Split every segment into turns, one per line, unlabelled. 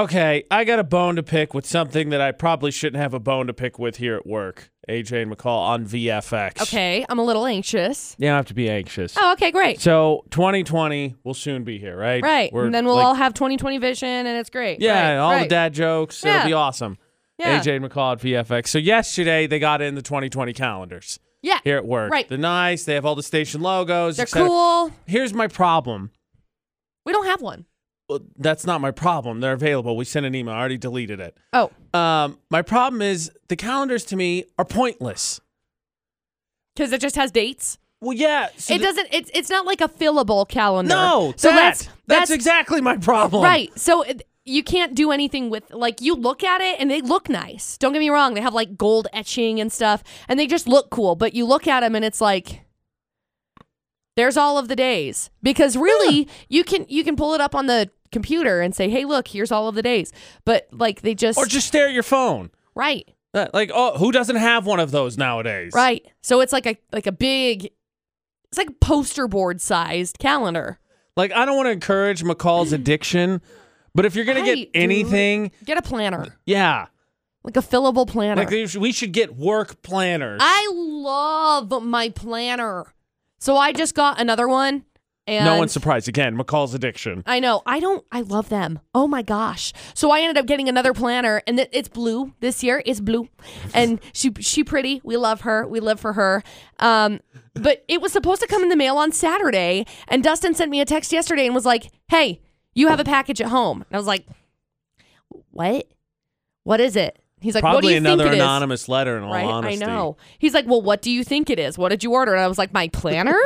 Okay, I got a bone to pick with something that I probably shouldn't have a bone to pick with here at work. AJ and McCall on VFX.
Okay, I'm a little anxious.
You don't have to be anxious.
Oh, okay, great.
So 2020 will soon be here, right?
Right.
We're
and then we'll
like-
all have 2020 vision and it's great.
Yeah,
Right,
all the
right.
dad jokes. It'll
Yeah.
be awesome.
Yeah.
AJ and McCall at VFX. So yesterday they got in the 2020 calendars
Yeah.
here at work.
Right.
They're nice. They have all the station logos.
They're
et cetera.
cool.
Here's my problem.
We don't have one.
Well, that's not my problem. They're available. We sent an email. I already deleted it.
Oh,
Um, my problem is the calendars to me are pointless.
because it just has dates.
Well, yeah. so
it
th-
doesn't. It's it's not like a fillable calendar.
No.
So
that-
that's
that's exactly my problem.
Right. So it, you can't do anything with like you look at it and they look nice. Don't get me wrong. They have like gold etching and stuff, and they just look cool. But you look at them and it's like there's all of the days because really you can you can pull it up on the computer and say, hey, look, here's all of the days. But like they just,
Or just stare at your phone.
right,
Uh, Like, oh, who doesn't have one of those nowadays?
right. So it's like a like a big. It's like poster board sized calendar.
Like, I don't want to encourage McCall's addiction, but if you're going to get
Right, dude.
anything,
Get a planner,
yeah.
like a fillable planner.
Like, they sh- we should get work planners.
I love my planner. So I just got another one. And
no one's surprised. Again, McCall's addiction.
I know. I don't. I love them. Oh my gosh. So I ended up getting another planner, and it- it's blue this year. It's blue, and she she pretty. We love her. We live for her. Um, but it was supposed to come in the mail on Saturday, and Dustin sent me a text yesterday and was like, "Hey, you have a package at home," and I was like, "What? What is it?" He's like, "What do
Probably
you
another
think it is?"
anonymous letter, in all
Right,
honesty.
I know. He's like, "Well, what do you think it is? What did you order?" And I was like, "My planner."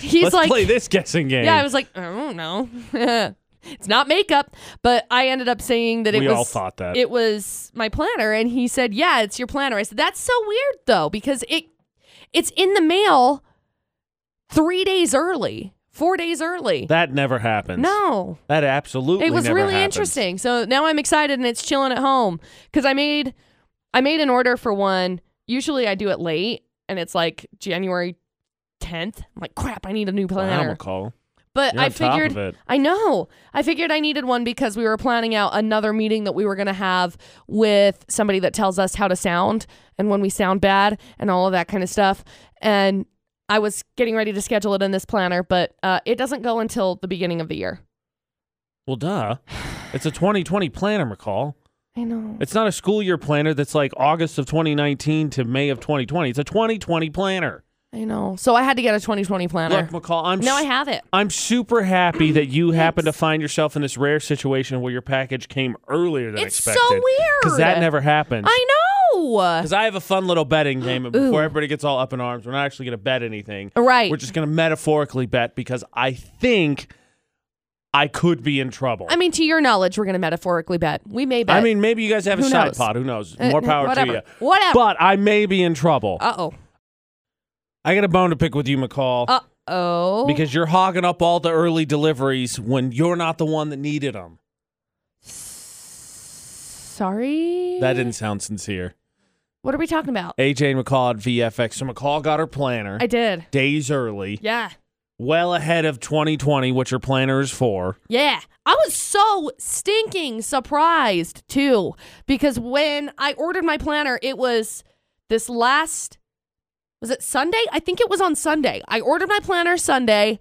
He's
Let's
like-
play this guessing game.
yeah, I was like, "I don't know." it's not makeup, but I ended up saying that it
We
was.
all thought that.
it was my planner, and he said, "Yeah, it's your planner." I said, "That's so weird, though, because it it's in the mail three days early, four days early."
that never happens.
no,
That absolutely
it was
never
really
happens.
interesting. So now I'm excited and it's chilling at home because I made I made an order for one. Usually I do it late and it's like January 10th. I'm like, crap, I need a new
Wow,
planner.
McCall.
but
you're
I
on top
figured
of it.
I know I figured I needed one because we were planning out another meeting that we were gonna have with somebody that tells us how to sound and when we sound bad and all of that kind of stuff. And I was getting ready to schedule it in this planner, but uh, it doesn't go until the beginning of the year.
Well, duh. It's a 2020 planner, McCall.
I know.
It's not a school year planner that's like August of 2019 to May of 2020. It's a 2020 planner.
I know. So I had to get a 2020 planner.
Look, McCall, I'm
now I
s-
have it.
I'm super happy that you happen to find yourself in this rare situation where your package came earlier than
It's so
expected. Because that
weird.
never happens.
I know.
Because I have a fun little betting game, and before everybody gets all up in arms, we're not actually going to bet anything.
Right.
We're just going to metaphorically bet because I think I could be in trouble.
I mean, to your knowledge, we're going to metaphorically bet. We may bet.
I mean, maybe you guys have a
Who
side
knows?
pod. Who knows?
Uh,
More power
whatever.
to you.
Whatever.
But I may be in trouble.
uh oh.
I got a bone to pick with you, McCall,
Uh oh.
because you're hogging up all the early deliveries when you're not the one that needed them.
Sorry.
That didn't sound sincere.
What are we talking about?
AJ and McCall at VFX. So McCall got her planner
I did.
days early,
Yeah.
well ahead of 2020, which her planner is for.
Yeah. I was so stinking surprised too because when I ordered my planner, it was this last was it Sunday? I think it was on Sunday. I ordered my planner Sunday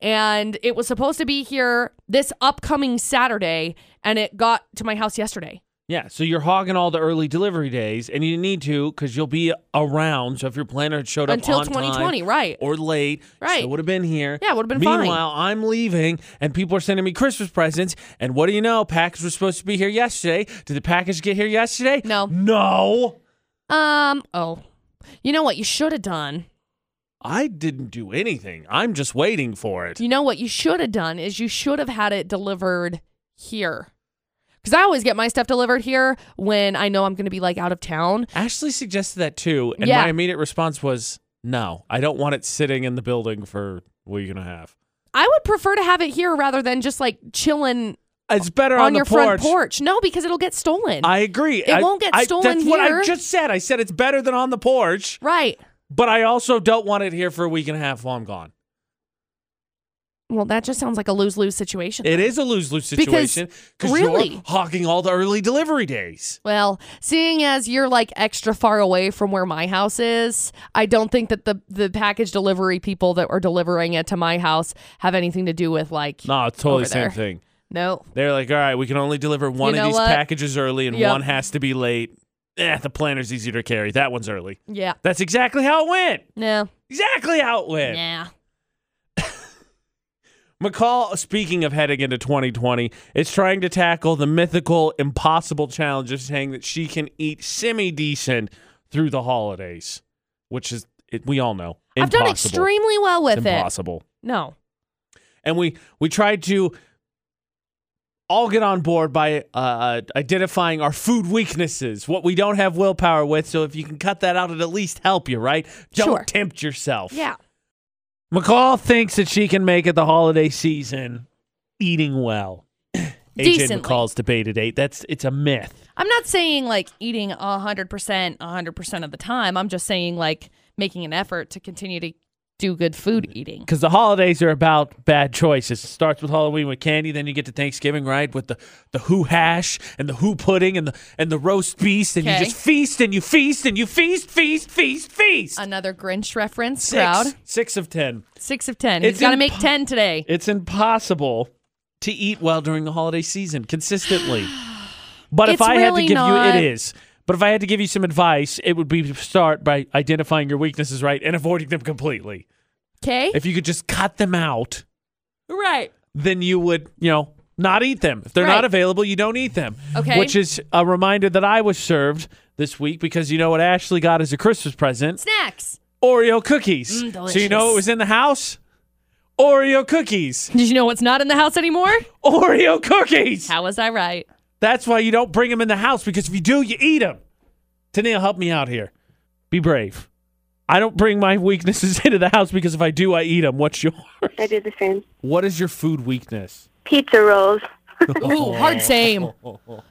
and it was supposed to be here this upcoming Saturday and it got to my house yesterday.
Yeah, so you're hogging all the early delivery days, and you need to because you'll be around. So if your planner had showed up
Until
on time
2020, right.
or late,
Right.
still would have been here.
Yeah, would've been fine.
Meanwhile, I'm leaving, and people are sending me Christmas presents, and what do you know? Package was supposed to be here yesterday. Did the package get here yesterday?
No.
no.
Um, oh. You know what you should have done?
I didn't do anything. I'm just waiting for it.
You know what you should have done is you should have had it delivered here. Cuz I always get my stuff delivered here when I know I'm going to be like out of town.
Ashley suggested that too, and
Yeah.
my immediate response was, "No, I don't want it sitting in the building for a week and a half.
I would prefer to have it here rather than just like chilling
It's better
on,
on, the
your front porch. No, because it'll get stolen.
I agree.
It
I-
won't get
I-
stolen
That's what I
here.
just said. I said it's better than on the porch,
right.
but I also don't want it here for a week and a half while I'm gone.
Well, that just sounds like a lose lose situation.
It is a lose lose
Because
situation
really-
you're hogging all the early delivery days.
Well, seeing as you're like extra far away from where my house is, I don't think that the the package delivery people that are delivering it to my house have anything to do with like
No, it's totally
Over
same
there.
thing.
no.
They're like, all right, we can only deliver one
know
of these
what?
packages early, and
Yep.
one has to be late. Eh, the planner's easier to carry. That one's early.
Yeah.
That's exactly how it went.
No.
Exactly how it went.
Yeah.
McCall, speaking of heading into 2020, is trying to tackle the mythical, impossible challenge of saying that she can eat semi decent through the holidays, which is, it, we all know,
I've done
impossible.
extremely well with
it's
it.
impossible.
No.
and we we tried to all get on board by uh, identifying our food weaknesses, what we don't have willpower with. So if you can cut that out, it at least help you, right? Don't
Sure.
tempt yourself.
Yeah.
McCall thinks that she can make it the holiday season eating well. AJ
Decently.
McCall's debate at eight. That's it's a myth.
I'm not saying like eating 100% 100% of the time. I'm just saying like making an effort to continue to do good food eating.
Because the holidays are about bad choices. It starts with Halloween with candy, then you get to Thanksgiving, right? With the, the who hash and the who pudding and the and the roast beast, and
Okay.
you just feast and you feast and you feast, feast, feast, feast.
Another Grinch reference.
Six,
Proud.
six of ten.
Six of 10.
It's
He's got to make
impo-
10 today.
It's impossible to eat well during the holiday season consistently. But if
It's
I had to
really
give
not-
you, it is. But if I had to give you some advice, it would be to start by identifying your weaknesses, right, and avoiding them completely.
Okay.
If you could just cut them out,
Right.
then you would, you know, not eat them. If they're
Right.
not available, you don't eat them.
Okay.
Which is a reminder that I was served this week because you know what Ashley got as a Christmas present?
Snacks.
Oreo cookies.
Mm,
so you know
delicious.
what was in the house? Oreo cookies.
Did you know what's not in the house anymore?
Oreo cookies.
How was I right?
That's why you don't bring them in the house because if you do, you eat them. Tennille, help me out here. Be brave. I don't bring my weaknesses into the house because if I do, I eat them. What's your
I do the same.
What is your food weakness?
Pizza rolls.
Oh.
Ooh, hard same.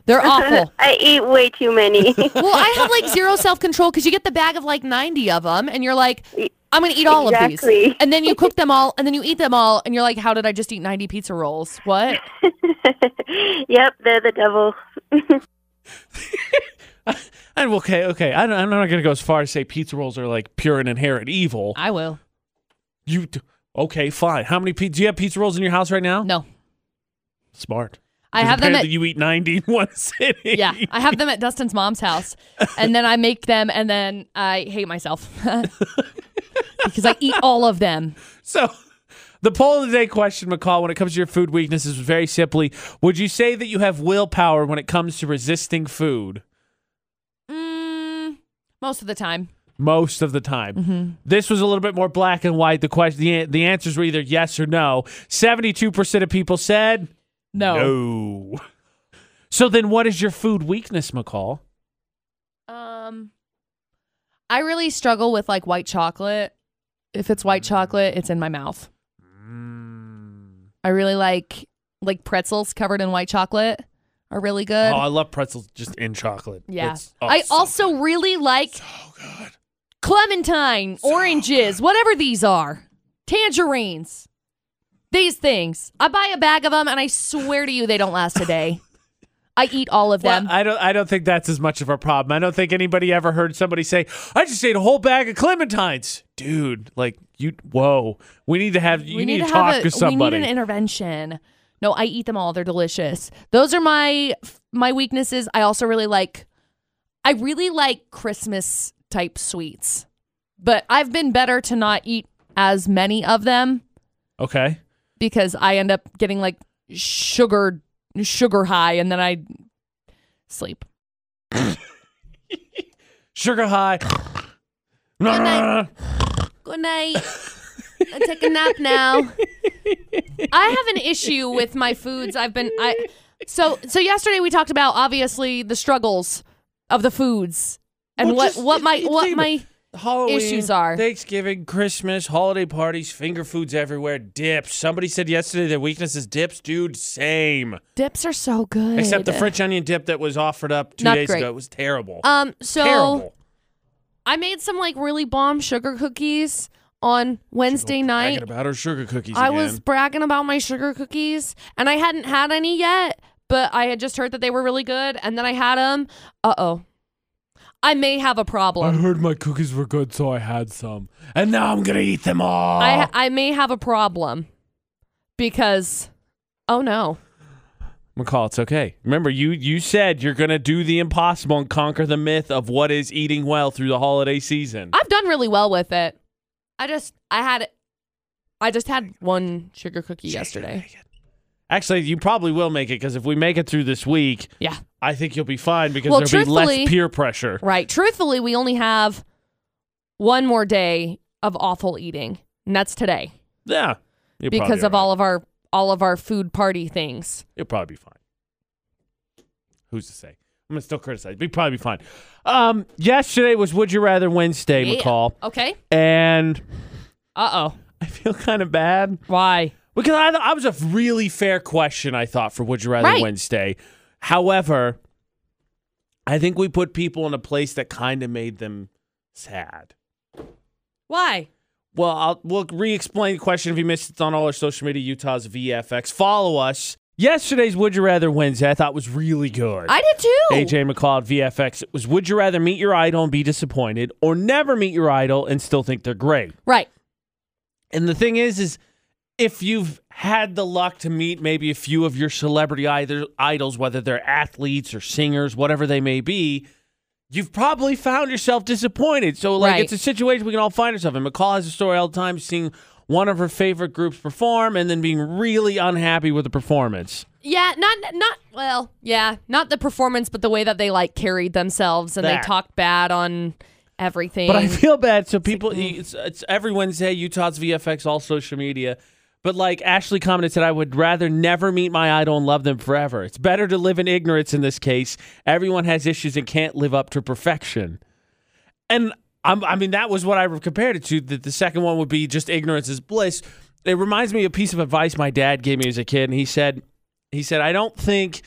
They're awful.
I eat way too many.
Well, I have like zero self control because you get the bag of like 90 of them and you're like, I'm going to eat all of these.
Exactly.
And then you cook them all and then you eat them all and you're like, how did I just eat 90 pizza rolls? What?
yep, they're the devil.
And okay, okay. I don't, I'm not going to go as far as say pizza rolls are like pure and inherent evil.
I will.
you d- okay? Fine. How many pizza? Do you have pizza rolls in your house right now?
No.
Smart.
I
'Cause
have them
apparently
at
you eat 90 in one sitting.
Yeah, I have them at Dustin's mom's house, and then I make them, and then I hate myself because I eat all of them.
So, the poll of the day question, McCall, when it comes to your food weaknesses, was very simply: Would you say that you have willpower when it comes to resisting food?
Mm, most of the time,
most of the time.
Mm-hmm.
This was a little bit more black and white. The question, the, the answers were either yes or no. Seventy-two percent of people said
no.
no. So then, what is your food weakness, McCall?
Um, I really struggle with like white chocolate. If it's white chocolate, it's in my mouth.
Mm.
I really like like pretzels covered in white chocolate are really
Oh,
good.
I love pretzels just in chocolate.
yeah,
It's- oh,
I
so-
also really like
Oh god.
clementine, oranges, whatever these are, tangerines, these things. I buy a bag of them, and I swear to you, they don't last a day. I eat all of
Well,
them.
I don't. I don't think that's as much of a problem. I don't think anybody ever heard somebody say, "I just ate a whole bag of clementines, dude." Like you. Whoa. We need to have. You need, to, talk
have
to somebody.
We need an intervention. No, I eat them all. They're delicious. Those are my my weaknesses. I also really like. I really like Christmas type sweets, but I've been better to not eat as many of them
okay.
because I end up getting like sugar sugar high and then I sleep.
Sugar high.
Good night. I take a nap now.
I have an issue with my foods. I've been I so so yesterday we talked about obviously the struggles of the foods and
Well,
what
just-
what my
you
what
think
my
Halloween,
issues are.
Thanksgiving, Christmas, holiday parties, finger foods everywhere, dips. Somebody said yesterday their weakness is dips, dude. Same.
dips are so good.
Except the French onion dip that was offered up two
Not
days
great. Uh,
ago. It was terrible.
Um, so
terrible.
I made some like really bomb sugar cookies on Wednesday night.
Bragging about her sugar cookies.
I
again.
was bragging about my sugar cookies, and I hadn't had any yet, but I had just heard that they were really good, and then I had them. Uh oh, I may have a
I
problem.
heard my cookies were good, so I had some, and now I'm gonna eat them all.
I I may have a problem because, oh no,
McCall, it's okay. Remember, you you said you're gonna do the impossible and conquer the myth of what is eating well through the holiday season.
I've done really well with it. I just I had, I just had one sugar cookie yesterday.
Actually, you probably will make it because if we make it through this week,
Yeah.
I think you'll be fine because
Well,
there'll be less
truthfully-
peer pressure.
Right. Truthfully, we only have one more day of awful eating, and that's today
Yeah, You're probably
because of
all right.
all of our all of our food party things.
You'll probably be fine. Who's to say? I'm gonna still criticize. You'll probably be fine. Um, yesterday was Would You Rather Wednesday,
Yeah.
McCall,
Okay.
and
Uh oh.
I feel kind of bad.
Why?
Because I, I was a really fair question, I thought, for Would You Rather
Right.
Wednesday. However, I think we put people in a place that kind of made them sad.
Why?
Well, I'll, we'll re-explain the question if you missed it. It's on all our social media, Utah's VFX. Follow us. Yesterday's Would You Rather Wednesday I thought was really good.
I did too.
AJ McCall at VFX. It was Would You Rather Meet Your Idol and Be Disappointed or Never Meet Your Idol and Still Think They're Great?
Right.
And the thing is, is if you've had the luck to meet maybe a few of your celebrity either idols, whether they're athletes or singers, whatever they may be, you've probably found yourself disappointed. So like
Right.
it's a situation we can all find ourselves in. McCall has a story all the time seeing one of her favorite groups perform and then being really unhappy with the performance.
Yeah. Not. Not. Well. Yeah. Not the performance, but the way that they like carried themselves and
That.
they talked bad on everything.
But I feel bad. So people, it's, it's every Wednesday, Utah's VFX, all social media. But like Ashley commented, said, I would rather never meet my idol and love them forever. It's better to live in ignorance in this case. Everyone has issues and can't live up to perfection. And I'm, I mean, that was what I compared it to. That the second one would be just ignorance is bliss. It reminds me of a piece of advice my dad gave me as a kid, and he said, he said, I don't think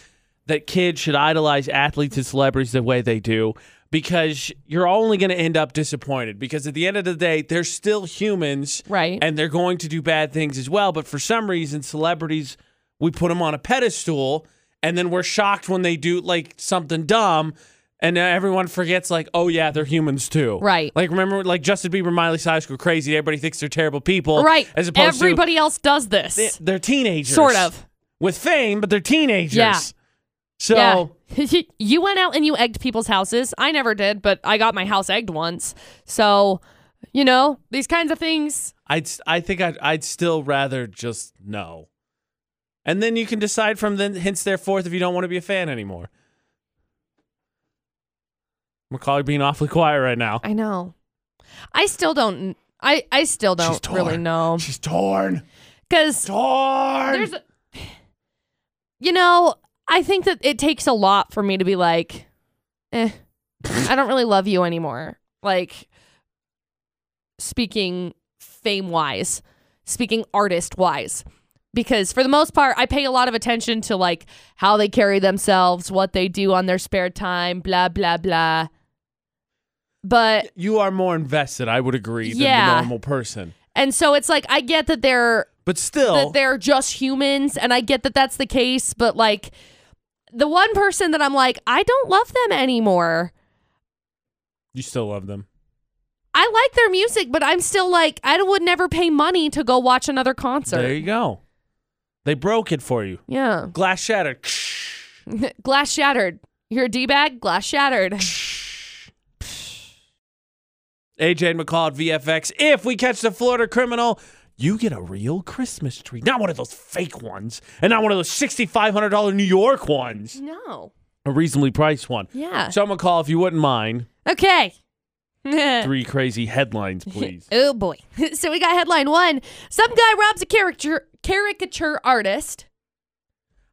that kids should idolize athletes and celebrities the way they do because you're only going to end up disappointed because at the end of the day they're still humans
Right.
and they're going to do bad things as well but for some reason celebrities we put them on a pedestal and then we're shocked when they do like something dumb and now everyone forgets like oh yeah they're humans too
Right.
like remember like Justin Bieber Miley Cyrus go crazy everybody thinks they're terrible people
right.
as opposed
Everybody else does this.
to they- they're teenagers
sort of.
with fame but they're teenagers
Yeah.
so
yeah. you went out and you egged people's houses. I never did, but I got my house egged once. So, you know, these kinds of things.
I'd s- I think I'd, I'd still rather just know. And then you can decide from then hence thereforth if you don't want to be a fan anymore. McCall, you're being awfully quiet right now.
I know. I still don't. I, I still
She's
don't
torn.
really know
She's torn.
because
Torn.
there's a- you know i think that it takes a lot for me to be like eh i don't really love you anymore like speaking fame wise speaking artist wise because for the most part i pay a lot of attention to like how they carry themselves what they do on their spare time blah blah blah but
you are more invested, I would agree, than
Yeah.
the normal person.
and so it's like i get that they're
But still,
that they're just humans and i get that that's the case but like the one person that i'm like i don't love them anymore
you still love them.
i like their music but i'm still like i would never pay money to go watch another concert
There you go. They broke it for you.
yeah
Glass shattered.
glass shattered you're a d-bag glass shattered
AJ and McCall at VFX. If we catch the Florida criminal, you get a real Christmas tree, not one of those fake ones, and not one of those sixty-five hundred dollar New York ones,
no
a reasonably priced one.
yeah
So McCall, if you wouldn't mind,
okay Uh,
three crazy headlines, please.
Oh boy. so we got headline one. Some guy robs a caricature caricature artist.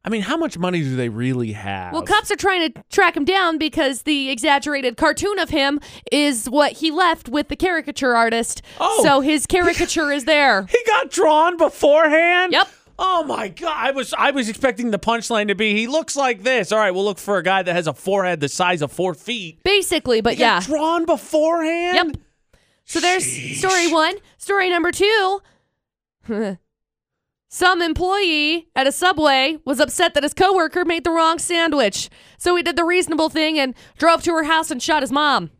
I mean, how much money do they really have?
Well, cops are trying to track him down because the exaggerated cartoon of him is what he left with the caricature artist.
Oh.
So his caricature is there.
he got drawn beforehand.
Yep.
Oh my god! I was I was expecting the punchline to be he looks like this. All right, we'll look for a guy that has a forehead the size of four feet.
Basically, but
He got
yeah.
drawn beforehand.
Yep. So there's story one. Story number two. Some employee at a subway was upset that his coworker made the wrong sandwich. So he did the reasonable thing and drove to her house and shot his mom.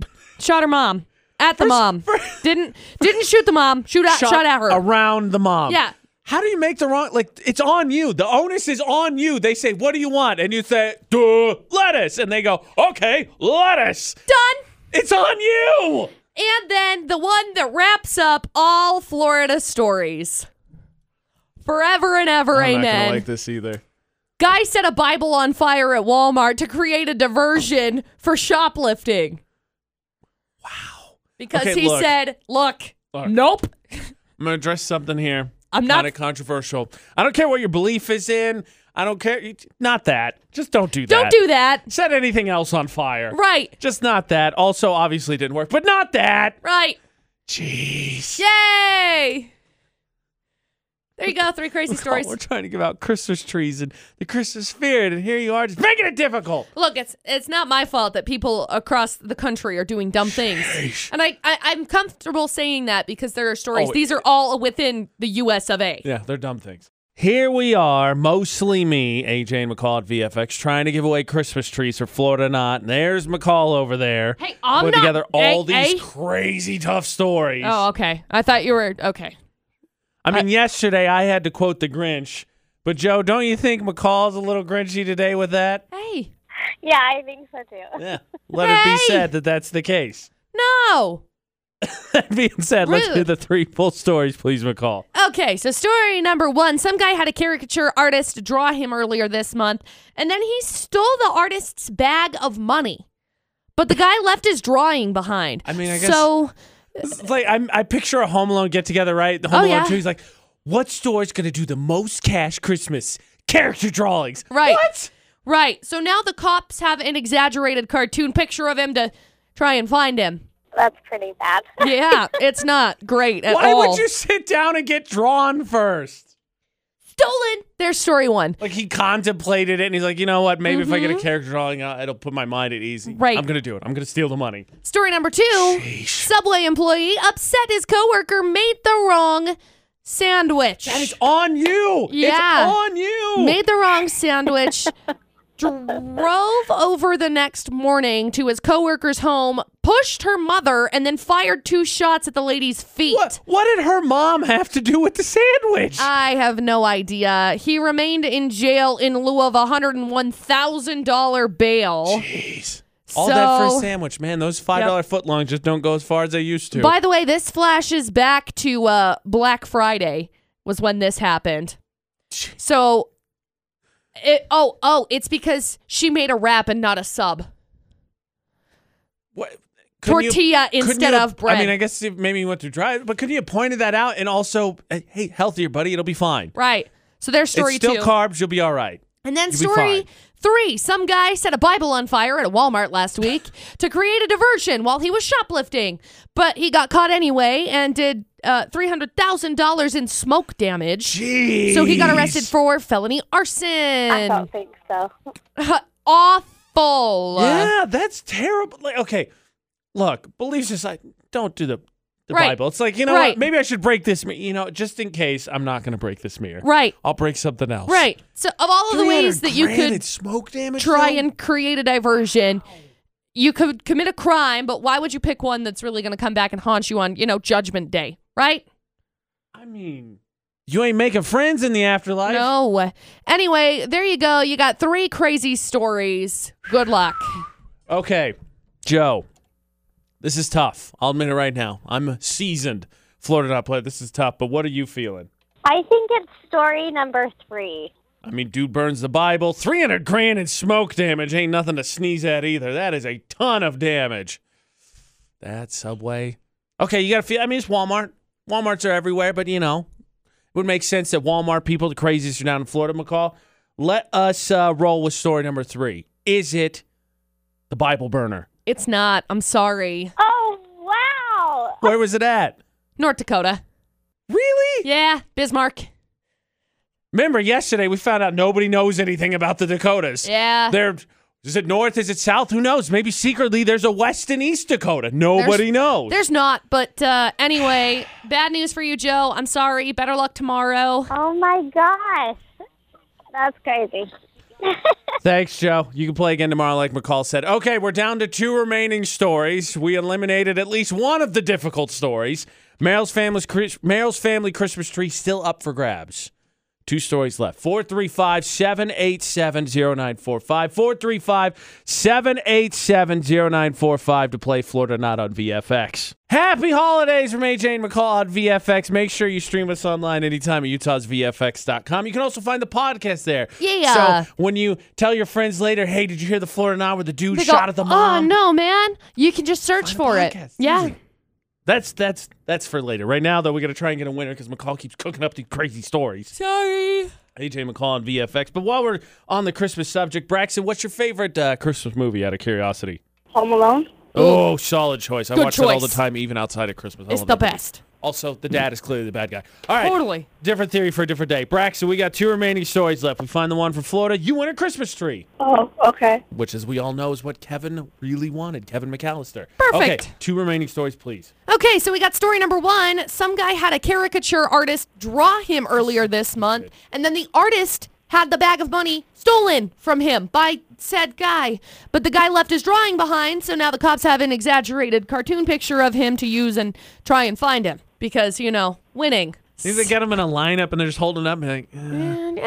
Shot her mom. At the mom. didn't didn't shoot the mom. Shoot at, shot, at her.
around the mom.
Yeah.
How do you make the wrong? Like it's on you. The onus is on you. They say, "What do you want?" And you say, "Duh, lettuce." And they go, "Okay, lettuce."
Done.
It's on you.
And then the one that wraps up all Florida stories. Forever and ever, amen.
this either.
Guy set a Bible on fire at Walmart to create a diversion for shoplifting. Wow. Because
Okay,
he
look.
said, look,
Look.
nope.
I'm gonna address something here.
I'm not-
kind of controversial. I don't care what your belief is in. I don't care. Not that. Just don't do
Don't
that.
do that.
Set anything else on fire.
Right.
Just not that. Also, obviously didn't work, but not that.
Right.
Jeez.
Yay. There you go. Three crazy stories.
Oh, We're trying to give out Christmas trees and the Christmas spirit, and here you are just making it difficult.
Look, it's it's not my fault that people across the country are doing dumb things, and I, I I'm comfortable saying that because there are stories.
Oh,
These are all within the U.S. of A.
Yeah, they're dumb things. Here we are, mostly me, AJ and McCall at VFX, trying to give away Christmas trees for Florida Not. And there's McCall over there.
Hey, I'm
putting
not-
together all
Hey,
these
hey.
crazy tough stories.
Oh, okay. I thought you were okay.
I mean, yesterday I had to quote the Grinch, but Joe, don't you think McCall's a little grinchy today with that?
Hey,
Yeah, I think so too.
Yeah. Let it be
Hey.
said that that's the case.
no.
That being said, let's do
Rude.
the three full stories, please, McCall.
Okay, so story number one: some guy had a caricature artist draw him earlier this month, and then he stole the artist's bag of money. But the guy left his drawing behind.
I mean, I guess-
so.
It's like I, I picture a Home Alone get together, right? The Home
Oh,
Alone
yeah.
two. He's like, what store's gonna do the most cash Christmas character drawings?
Right.
What?
Right. So now the cops have an exaggerated cartoon picture of him to try and find him.
That's pretty bad.
Yeah, it's not great at
Why
all.
would you sit down and get drawn first?
stolen? There's story one.
Like he contemplated it, and he's like, you know what? Maybe if I get a character drawing, uh, it'll put my mind at ease.
Mm-hmm. Right.
I'm gonna do it. I'm gonna steal the money.
Story number two: Subway employee upset his coworker made the wrong sandwich.
That is on you.
Yeah.
It's on you.
made the wrong sandwich. drove over the next morning to his coworker's home, pushed her mother, and then fired two shots at the lady's feet.
what? What did her mom have to do with the sandwich?
I have no idea. He remained in jail in lieu of a hundred and one thousand dollar bail.
Jeez. All that for
So-
a sandwich, man. Those five dollar footlongs just don't go as far as they used to.
By the way, this flashes back to uh, Black Friday was when this happened. So, it oh oh, it's because she made a wrap and not a sub
What? couldn't you-
tortilla
couldn't
instead
you-
of bread.
I mean, I guess if maybe you went through drive, but couldn't you have pointed that out and also, eh, hey, healthier, buddy, it'll be fine.
right. So there's story
it's still
two.
carbs, you'll be all right.
And then
You'll be fine.
story three some guy set a Bible on fire at a Walmart last week to create a diversion while he was shoplifting. But he got caught anyway and did uh, $300,000 in smoke damage.
Jeez.
So he got arrested for felony
I
arson.
don't think so.
Awful.
Yeah, that's terrible. Like, okay, look, beliefs aside, don't do the. The
Right.
Bible. It's like, you know what?
Right.
Maybe I should break this, mi- you know, just in case I'm not going to break this mirror.
Right.
I'll break something else.
Right. So, of all of the
300
ways that you
grand in
could
smoke damage.
try
though?
and create a diversion, you could commit a crime, but why would you pick one that's really going to come back and haunt you on, you know, Judgment Day, right?
I mean, you ain't making friends in the afterlife.
No. Anyway, there you go. You got three crazy stories. Good luck.
Okay, Joe, this is tough. I'll admit it right now. I'm a seasoned Florida not player. This is tough. But what are you feeling?
I think it's story number three.
I mean, dude burns the Bible. 300 grand in smoke damage ain't nothing to sneeze at either. That is a ton of damage. That Subway. Okay, you got to feel. I mean, it's Walmart. Walmarts are everywhere, but you know, it would make sense that Walmart people, the craziest, are down in Florida, McCall. Let us uh, roll with story number three. Is it the Bible burner?
It's not. I'm sorry.
Oh wow!
Where was it at?
North Dakota.
Really?
Yeah, Bismarck.
Remember yesterday we found out nobody knows anything about the Dakotas.
Yeah.
They're Is it north? Is it south? Who knows? Maybe secretly there's a west and east Dakota. Nobody knows.
There's not, but uh, anyway, bad news for you, Joe. I'm sorry. Better luck tomorrow.
Oh my gosh. That's crazy.
Thanks, Joe. You can play again tomorrow, like McCall said. Okay, we're down to two remaining stories. We eliminated at least one of the difficult stories. Merrill's family's Chris- Merrill's family Christmas tree still up for grabs. Two stories left. 435 787 0945. 435 787 0945 to play Florida Not on VFX. Happy holidays from AJ and McCall on VFX. Make sure you stream us online anytime at utahsvfx.com. You can also find the podcast there.
Yeah.
So when you tell your friends later, hey, did you hear the Florida Not where the dude shot at the mom?
Oh no, man! You can just search
Find the
for it.
podcast.
Yeah,
Easy. That's that's that's for later. Right now, though, we got to try and get a winner because McCall keeps cooking up these crazy stories.
sorry.
AJ McCall on VFX. But while we're on the Christmas subject, Braxton, what's your favorite uh, Christmas movie out of curiosity?
Home Alone?
Oh, solid choice. I
Good
watch it all the
choice.
time, even outside of Christmas. I
It's
love
the
that movie.
best.
Also, the dad is clearly the bad guy. All right.
Totally.
Different theory for a different day. Braxton, we got two remaining stories left. We find the one from Florida. You win a Christmas tree,
Oh, okay.
which, as we all know, is what Kevin really wanted. Kevin McAllister. Okay,
Perfect.
two remaining stories, please.
Okay, so we got story number one. Some guy had a caricature artist draw him earlier this month, and then the artist had the bag of money stolen from him by said guy. But the guy left his drawing behind, so now the cops have an exaggerated cartoon picture of him to use and try and find him because, you know, winning.
They get them in a lineup and they're just holding up and like, eh,
And,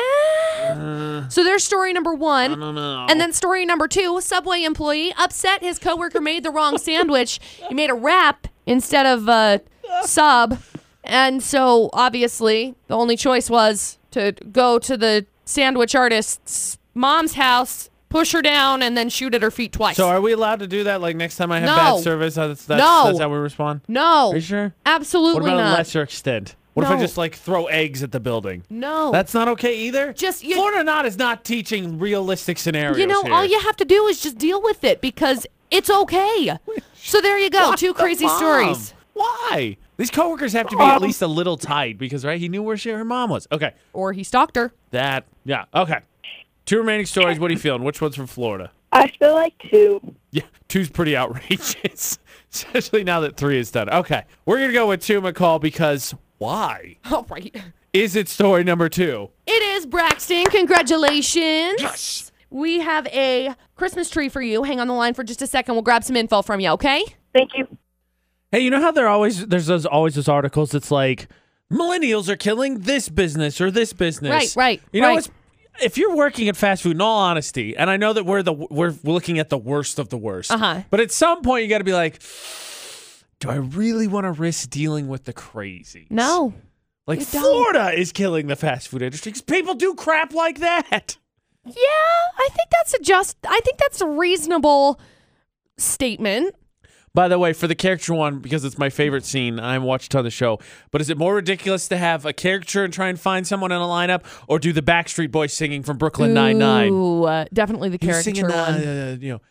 ah. So there's story number one.
I don't know.
And then story number two: Subway employee upset his coworker made the wrong sandwich. He made a wrap instead of a sub, and so obviously the only choice was to go to the sandwich artist's mom's house, push her down, and then shoot at her feet twice.
so are we allowed to do that? Like next time I have
No.
bad service, that's, that's,
No.
that's how we respond?
no,
Are you sure?
Oh, absolutely
What about a
not.
lesser extent? What if I
No.
just like throw eggs at the building?
no,
That's not okay either.
Just- you-
Florida not is not teaching realistic scenarios.
you know
here.
all you have to do is just deal with it because it's okay. So there you go, two
The
crazy
mom.
stories.
Why? These coworkers have to be at least a little tied because right, he knew where she, her mom was. Okay,
Or he stalked her.
that yeah. Okay, two remaining stories. What are you feeling? Which one's from Florida?
I feel like two.
Yeah, two's pretty outrageous, especially now that three is done. Okay, we're gonna go with two, McCall, because why?
All right.
Is it story number two?
It is Braxton. Congratulations. We have a Christmas tree for you. Hang on the line for just a second. We'll grab some info from you, okay?
Thank you.
Hey, you know how there always there's those, always those articles that's like millennials are killing this business or this business.
Right, right,
You know
right.
what's if you're working at fast food, in all honesty, and I know that we're the we're looking at the worst of the worst.
Uh-huh.
But at some point, you got to be like, do I really want to risk dealing with the crazy?
No.
Like
you don't.
Florida is killing the fast food industry because people do crap like that.
Yeah, I think that's a just I think that's a reasonable statement.
By the way, for the character one, because it's my favorite scene, I watched on the show. But is it more ridiculous to have a character and try and find someone in a lineup, or do the Backstreet Boys singing from Brooklyn Nine Nine?
Ooh, uh, definitely the caricature
singing, uh,
one.
uh, you know,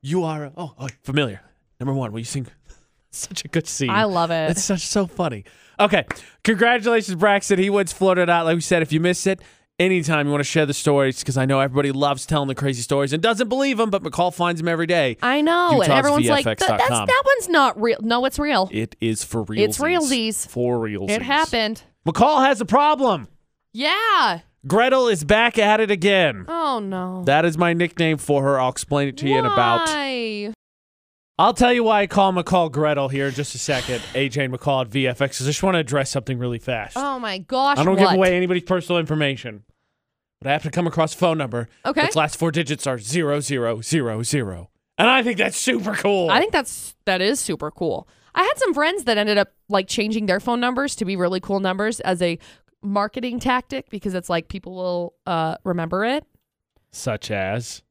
you are uh, oh, oh, familiar number one. Will you sing? Such a good scene.
I love it.
It's such so funny. Okay, congratulations, Braxton. He wins Florida Out. Like we said, if you miss it, anytime you want to share the stories, because I know everybody loves telling the crazy stories and doesn't believe them, but McCall finds them every day.
I know. and
Utah's
everyone's like, "Th- that's,
VFX.com.
that one's not real. No, it's real.
It is for real.
It's realsies.
For real.
It happened.
McCall has a problem.
Yeah.
Gretel is back at it again.
Oh, no.
That is my nickname for her. I'll explain it to you in about.
Why?
I'll tell you why I call McCall Gretel here in just a second. AJ and McCall at VFX. 'cause I just want to address something really fast.
Oh, my gosh.
I don't
what?
give away anybody's personal information, but I have to come across a phone number.
Okay.
Its last four digits are zero zero zero zero, and I think that's super cool.
I think that's that is super cool. I had some friends that ended up like changing their phone numbers to be really cool numbers as a marketing tactic because it's like people will uh, remember it.
such as.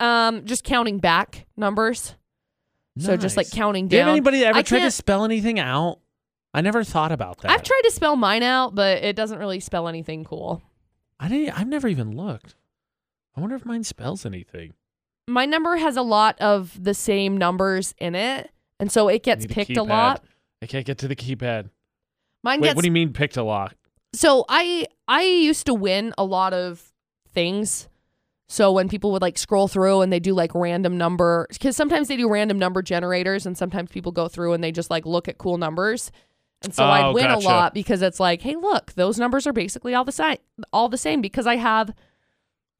Um, just counting back numbers, so just like
Nice.
counting
Did
down.
anybody ever
I
try to
can't-
spell anything out? I never thought about that.
I've tried to spell mine out, but it doesn't really spell anything cool.
I didn't. I've never even looked. I wonder if mine spells anything.
My number has a lot of the same numbers in it, and so it gets
Need
picked a
keypad.
lot.
I can't get to the keypad.
Mine
Wait,
gets
what do you mean picked a lot?
so I I used to win a lot of things. So when people would like scroll through and they do like random number, because sometimes they do random number generators, and sometimes people go through and they just like look at cool numbers. And so
Oh,
I'd win
gotcha.
a lot because it's like, hey, look, those numbers are basically all the same, all the same because I have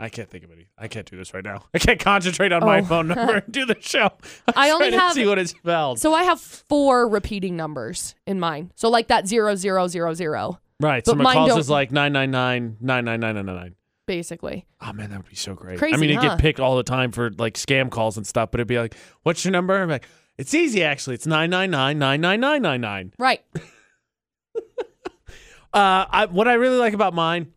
I can't think of any. I can't do this right now. I can't concentrate on my
Oh.
phone number and do the show. I'm
I only
trying to
have-
see what it's spelled.
So I have four repeating numbers in mine. So like that zero zero zero zero,
right.
but
Someone
mine
calls
don't-
us like nine nine nine nine nine nine nine nine.
basically.
Oh man, that would be so great. I
Crazy,
mean, it'd
huh?
get picked all the time for like scam calls and stuff, but it'd be like, "What's your number?" I'm like, "It's easy, actually. It's nine nine nine nine nine nine nine nine."
Right.
Uh, I, what I really like about mine,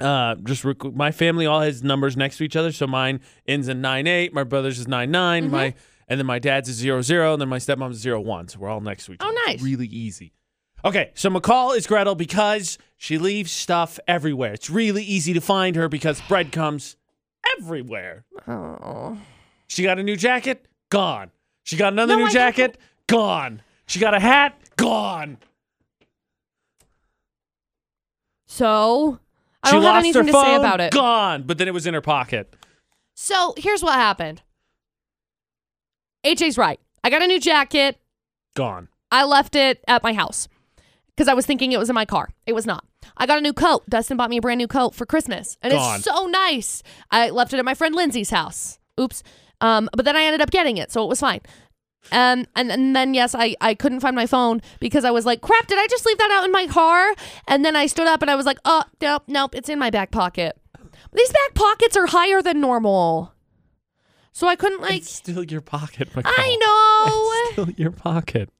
uh, just rec- my family all has numbers next to each other. So mine ends in nine eight. My brother's is nine My
Mm-hmm.
and then my dad's is zero zero, and then my stepmom's is zero one. So we're all next to each
Oh,
other. It's
nice.
Really easy. Okay, so McCall is Gretel because she leaves stuff everywhere. It's really easy to find her because breadcrumbs everywhere.
Oh.
She got a new jacket, gone. She got another
No,
new
I don't-
jacket, gone. She got a hat, gone.
So I
she
don't
lost
have anything
her
to
phone,
say about it.
Gone, but then it was in her pocket.
So here's what happened. AJ's right. I got a new jacket.
Gone.
I left it at my house because I was thinking it was in my car. It was not. I got a new coat. Dustin bought me a brand new coat for Christmas, and
Gone.
it's so nice. I left it at my friend Lindsay's house. Oops. Um, but then I ended up getting it, so it was fine. Um, and, and then yes, I, I couldn't find my phone because I was like, crap, did I just leave that out in my car? And then I stood up and I was like, oh nope, nope, it's in my back pocket. These back pockets are higher than normal, so I couldn't like.
It's still your pocket, McCall.
I know.
It's still your pocket.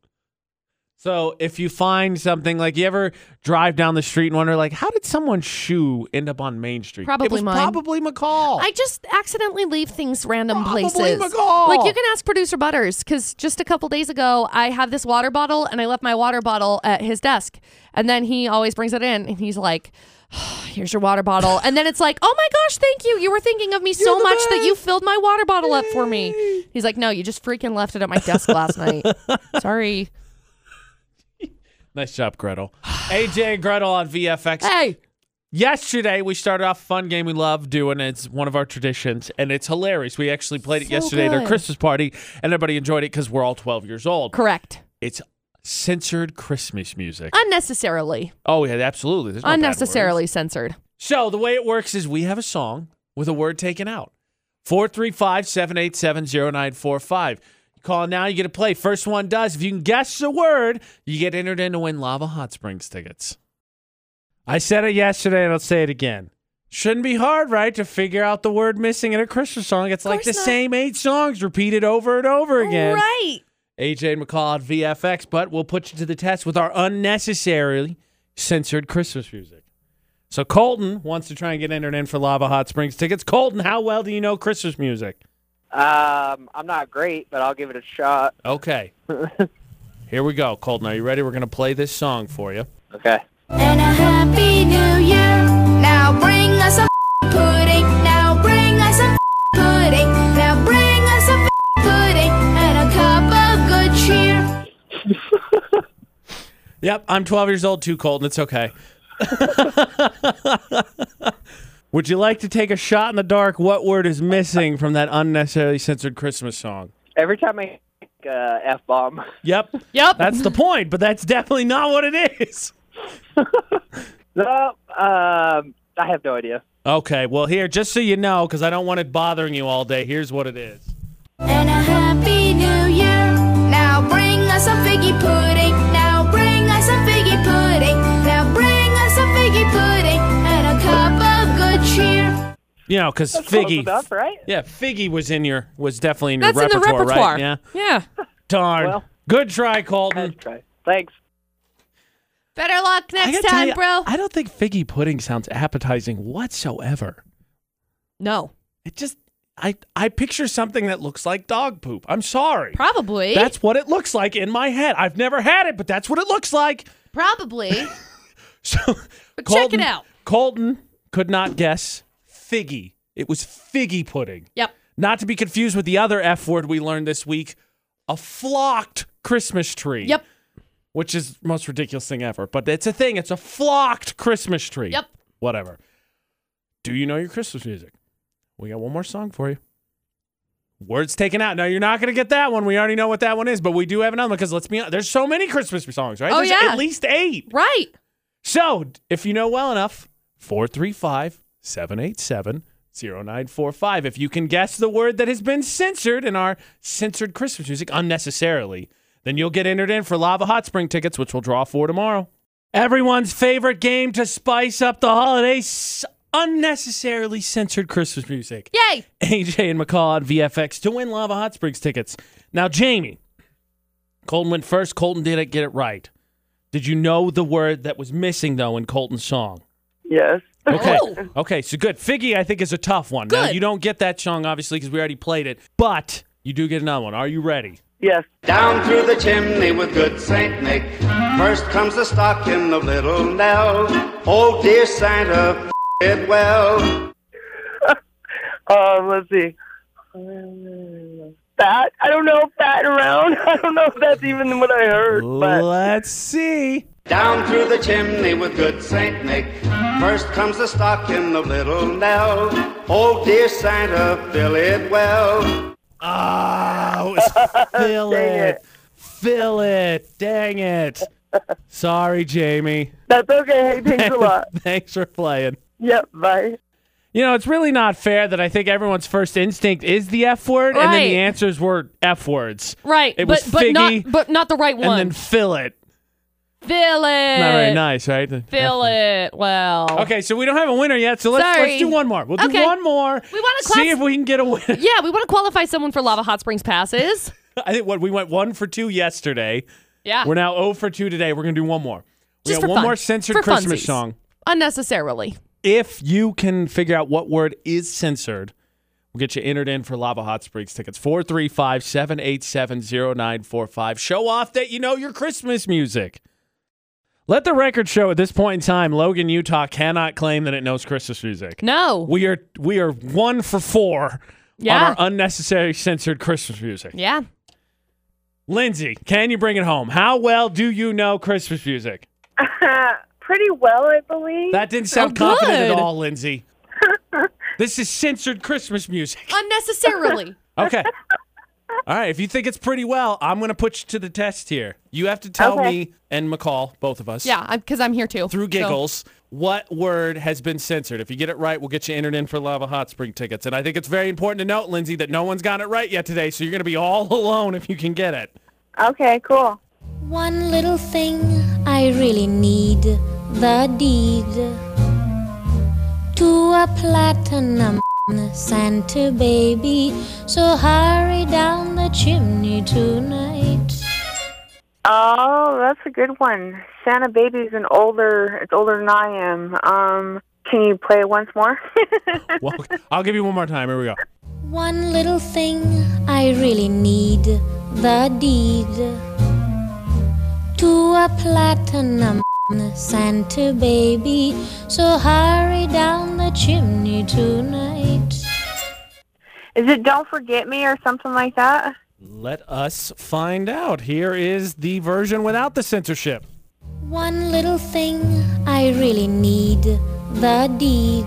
So if you find something like you ever drive down the street and wonder like how did someone's shoe end up on Main Street?
Probably
it was
mine.
probably McCall.
I just accidentally leave things random
Probably
places.
McCall.
Like you can ask producer Butters because just a couple days ago I have this water bottle and I left my water bottle at his desk, and then he always brings it in and he's like. Here's your water bottle. And then it's like, oh my gosh, thank you. You were thinking of me so
the
much that
best.
you filled my water bottle up for me. He's like, no, you just freaking left it at my desk last night. Sorry.
nice job, Gretel. AJ and Gretel on VFX.
Hey,
Yesterday we started off a fun game we love doing. It's one of our traditions, and it's hilarious. We actually played it
So
yesterday at our
good.
Christmas party, and everybody enjoyed it because we're all 12 years old.
correct.
It's censored Christmas music.
Unnecessarily,
oh yeah, absolutely. There's no bad
unnecessarily
words.
censored.
So the way it works is we have a song with a word taken out. 435-787-0945. You call now, you get to play. First one does. If you can guess the word, you get entered in to win Lava Hot Springs tickets. I said it yesterday and I'll say it again. Shouldn't be hard, right, to figure out the word missing in a Christmas song. It's like the
course not. Oh,
same eight songs repeated over and over again.
Right.
AJ and McCall at VFX, but we'll put you to the test with our unnecessarily censored Christmas music. So Colton wants to try and get entered in for Lava Hot Springs tickets. Colton, how well do you know Christmas music?
Um, I'm not great, but I'll give it a shot.
Okay. Here we go, Colton. Are you ready? We're going to play this song for you.
Okay.
And a happy new year. Now bring us a pudding. Now bring us a pudding. Now bring us a pudding and a cup of good cheer.
Yep, I'm 12 years old too, Colton. It's okay. Would you like to take a shot in the dark? What word is missing from that unnecessarily censored Christmas song?
Every time I think uh, F bomb,
Yep.
Yep.
That's the point, but that's definitely not what it is.
no, um, I have no idea.
Okay, well, here, just so you know, because I don't want it bothering you all day, here's what it is.
And a happy new year. Now bring us a figgy pudding. Now bring us a figgy pudding. Now bring us a figgy pudding and a cup of good cheer.
You know, because
Close
Figgy.
enough, right?
Yeah, Figgy was in your, was definitely in your
That's in the
repertoire,
repertoire.
right? Yeah.
Yeah.
Darn.
Well-
Good try, Colton.
Nice try. Thanks.
Better luck next
gotta tell
time,
you,
bro.
I don't think Figgy pudding sounds appetizing whatsoever.
No,
It just, I, I picture something that looks like dog poop. I'm sorry.
probably.
That's what it looks like in my head. I've never had it, but that's what it looks like.
probably.
So,
But check it
Colton,
out.
Colton could not guess figgy. It was figgy pudding.
yep.
Not to be confused with the other F word we learned this week, a flocked Christmas tree.
Yep.
Which is the most ridiculous thing ever. But it's a thing. It's a flocked Christmas tree.
Yep.
Whatever. Do you know your Christmas music? We got one more song for you. Words taken out. Now you're not going to get that one. We already know what that one is, but we do have another one because let's be honest. There's so many Christmas songs, right?
Oh,
There's
yeah.
at least eight.
Right.
So if you know well enough, 435 787 0945. If you can guess the word that has been censored in our censored Christmas music unnecessarily, then you'll get entered in for Lava Hot Spring tickets, which we'll draw for tomorrow. Everyone's favorite game to spice up the holidays unnecessarily censored Christmas music.
Yay.
AJ and McCall on VFX to win Lava Hot Springs tickets. Now, Jamie, Colton went first. Colton didn't get it right. Did you know the word that was missing though in Colton's song?
Yes.
Okay.
Oh.
Okay. So good. Figgy, I think, is a tough one. Now
Good.
you don't get that song obviously because we already played it, but you do get another one. Are you ready?
Yes.
Down through the chimney with good Saint Nick. First comes the stocking of little Nell. Oh dear Santa, f- it well.
Um, let's see. Fat. I don't know. Fat around. I don't know if that's even what I heard. But
Let's see.
Down through the chimney with good Saint Nick. First comes the stocking of little Nell. Oh dear Santa, fill it well.
Ah, it was fill it. Fill it. Dang it. Sorry, Jamie.
that's okay. Hey, thanks a lot.
Thanks for playing.
Yep. Bye.
You know, it's really not fair that I think everyone's first instinct is the F word, and then
Right.
the answers were F words.
Right.
It
but
was
but
figgy,
not but not the right
And
one.
then fill it.
Fill it.
Not very nice, right? The
Fill
F word.
it. Well.
Okay, so we don't have a winner yet, so let's, let's
Sorry.
do one more. We'll do
Okay.
one more.
We wanna
see
class-
if we can get a winner.
Yeah, we want to qualify someone for Lava Hot Springs passes.
I think what we went one for two yesterday.
Yeah.
We're now 0 for two today. We're gonna do one more. We
Just
got
for
one
fun.
more censored
For
Christmas
funsies.
song.
Unnecessarily.
If you can figure out what word is censored, we'll get you entered in for Lava Hot Springs tickets. 435 787 0945. Show off that you know your Christmas music. Let the record show at this point in time, Logan, Utah cannot claim that it knows Christmas music.
No.
We are we are one for four on
Yeah.
our unnecessary censored Christmas music.
yeah.
Lindsay, can you bring it home? How well do you know Christmas music?
Pretty well, I believe.
That didn't sound
Oh,
confident at
good.
all, Lindsay. this is censored Christmas music.
Unnecessarily.
Okay. All right. If you think it's pretty well, I'm going to put you to the test here. You have to tell
Okay.
me and McCall, both of us,
yeah, because I'm here too.
through
So-
giggles, what word has been censored. If you get it right, we'll get you entered in for Lava Hot Spring tickets. And I think it's very important to note, Lindsay, that no one's got it right yet today, so you're going to be all alone if you can get it.
Okay. Cool.
One little thing I really need the deed to a platinum Santa baby. So hurry down the chimney tonight.
Oh, that's a good one. Santa Baby's an older, it's older than I am. Um, can you play it once more?
Well, I'll give you one more time. Here we go.
One little thing I really need the deed to a platinum Santa baby. So hurry down the chimney tonight.
Is it Don't Forget Me or something like that?
Let us find out. Here is the version without the censorship.
One little thing I really need the deed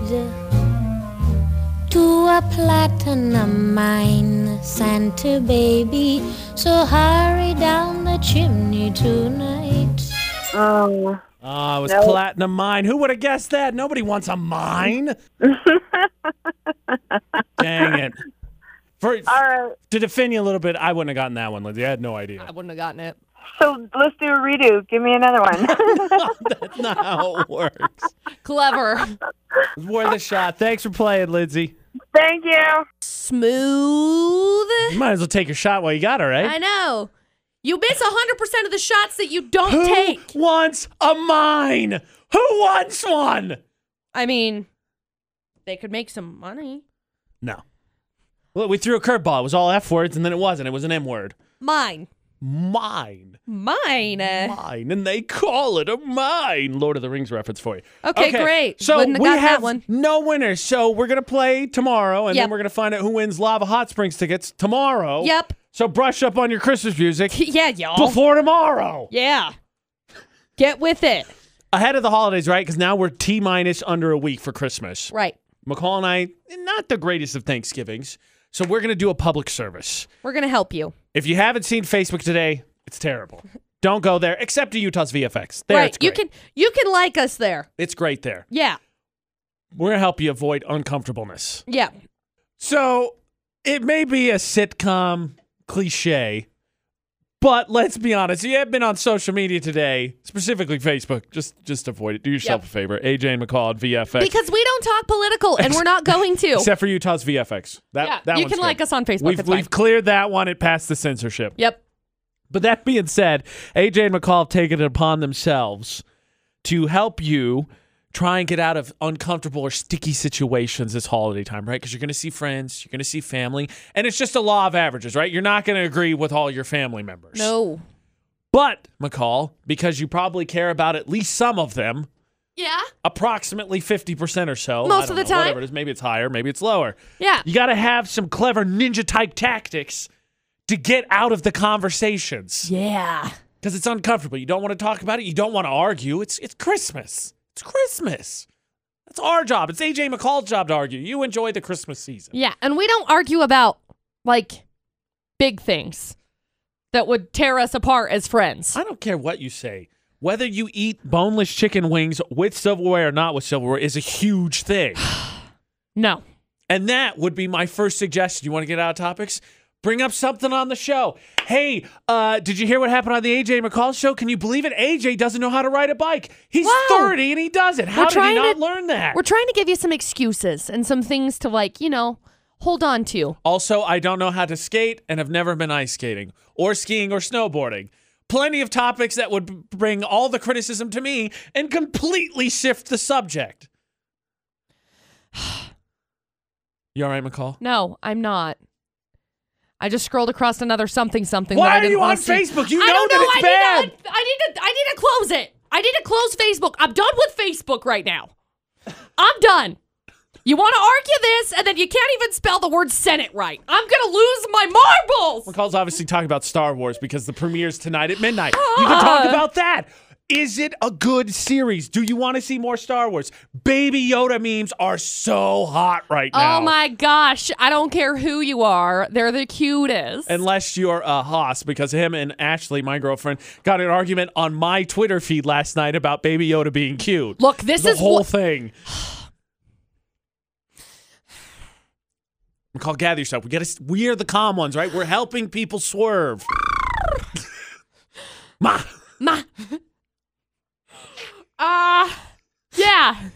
to a platinum mine, Santa baby. So hurry down the chimney tonight.
Um,
Ah, it was platinum mine. Who would have guessed that? Nobody wants a mine. Dang it. For,
all right.
to defend you a little bit, I wouldn't have gotten that one, Lindsay. I had no idea.
I wouldn't have gotten it.
So let's do a redo. Give me another one.
That's not how it works.
Clever.
It's worth a shot. Thanks for playing, Lindsay.
Thank you.
Smooth.
You might as well take your shot while you got it, right?
I know. You miss 100% of the shots that you don't
Who
take.
wants a mine? Who wants one?
I mean, they could make some money.
No. Well, we threw a curveball. It was all F words, and then it wasn't. It was an M word.
Mine.
Mine.
Mine. uh,
mine, and they call it a mine. Lord of the Rings reference for you.
Okay, great.
So
Wouldn't have
we
gotten that
have
one.
no winners. So we're gonna play tomorrow, and then
Yep.
we're gonna find out who wins Lava Hot Springs tickets tomorrow.
Yep.
So brush up on your Christmas music
Yeah, y'all.
before tomorrow.
yeah. Get with it.
Ahead of the holidays, right? Because now we're t minus under a week for Christmas.
Right.
McCall and I, not not the greatest of Thanksgivings. So we're going to do a public service.
We're gonna help you.
If you haven't seen Facebook today, it's terrible. Don't go there, except to Utah's VFX. There,
right.
it's
You
great.
can you can like us there.
It's great there.
Yeah.
We're going to help you avoid uncomfortableness.
Yeah.
So it may be a sitcom cliche, but let's be honest. You have been on social media today, specifically Facebook. Just just avoid it. Do yourself
Yep.
a favor. AJ and McCall at VFX.
Because we don't talk political and we're not going to.
Except for Utah's VFX. That,
yeah.
that
you
one's
can
good.
like us on Facebook.
We've,
it's
we've
fine.
cleared that one. It passed the censorship.
Yep.
But that being said, AJ and McCall have taken it upon themselves to help you try and get out of uncomfortable or sticky situations this holiday time, right? Because you're going to see friends, you're going to see family, and it's just a law of averages, right? You're not going to agree with all your family members.
No.
But, McCall, because you probably care about at least some of them,
Yeah.
approximately 50% or so. I
Most
don't
of the
know,
time.
Whatever it is. Maybe it's higher, maybe it's lower.
Yeah.
You got to have some clever ninja type tactics to get out of the conversations
Yeah.
because it's uncomfortable. You don't want to talk about it. You don't want to argue. It's it's Christmas. It's Christmas. That's our job. It's AJ McCall's job to argue. You enjoy the Christmas season.
Yeah. And we don't argue about like big things that would tear us apart as friends.
I don't care what you say. Whether you eat boneless chicken wings with silverware or not with silverware is a huge thing.
No.
And that would be my first suggestion. You want to get out of topics? Bring up something on the show. Hey, uh, did you hear what happened on the AJ McCall show? Can you believe it? AJ doesn't know how to ride a bike. He's
Wow.
30 and he doesn't. How did he
trying
not
to-
learn that?
We're trying to give you some excuses and some things to like, you know, hold on to.
Also, I don't know how to skate and have never been ice skating or skiing or snowboarding. Plenty of topics that would b- bring all the criticism to me and completely shift the subject. You all right, McCall?
No, I'm not. I just scrolled across another something something.
Why
that I
are
didn't
you
wanna
on
see.
Facebook? You
I
know
don't
that
know.
it's
I
bad.
Need to, un- I need to. I need to close it. I need to close Facebook. I'm done with Facebook right now. I'm done. You want to argue this, and then you can't even spell the word Senate right. I'm gonna lose my marbles.
McCall's obviously talking about Star Wars because the premiere's tonight at midnight. You can
Ah.
talk about that. Is it a good series? Do you want to see more Star Wars? Baby Yoda memes are so hot right now.
Oh my gosh! I don't care who you are. They're the cutest.
unless you're a hoss, because him and Ashley, my girlfriend, got in an argument on my Twitter feed last night about Baby Yoda being cute.
Look, this
the
is
whole
what-
thing. McCall, gather yourself. We got to. We are the calm ones, right? We're helping people swerve. Ma,
Ma. Uh, yeah.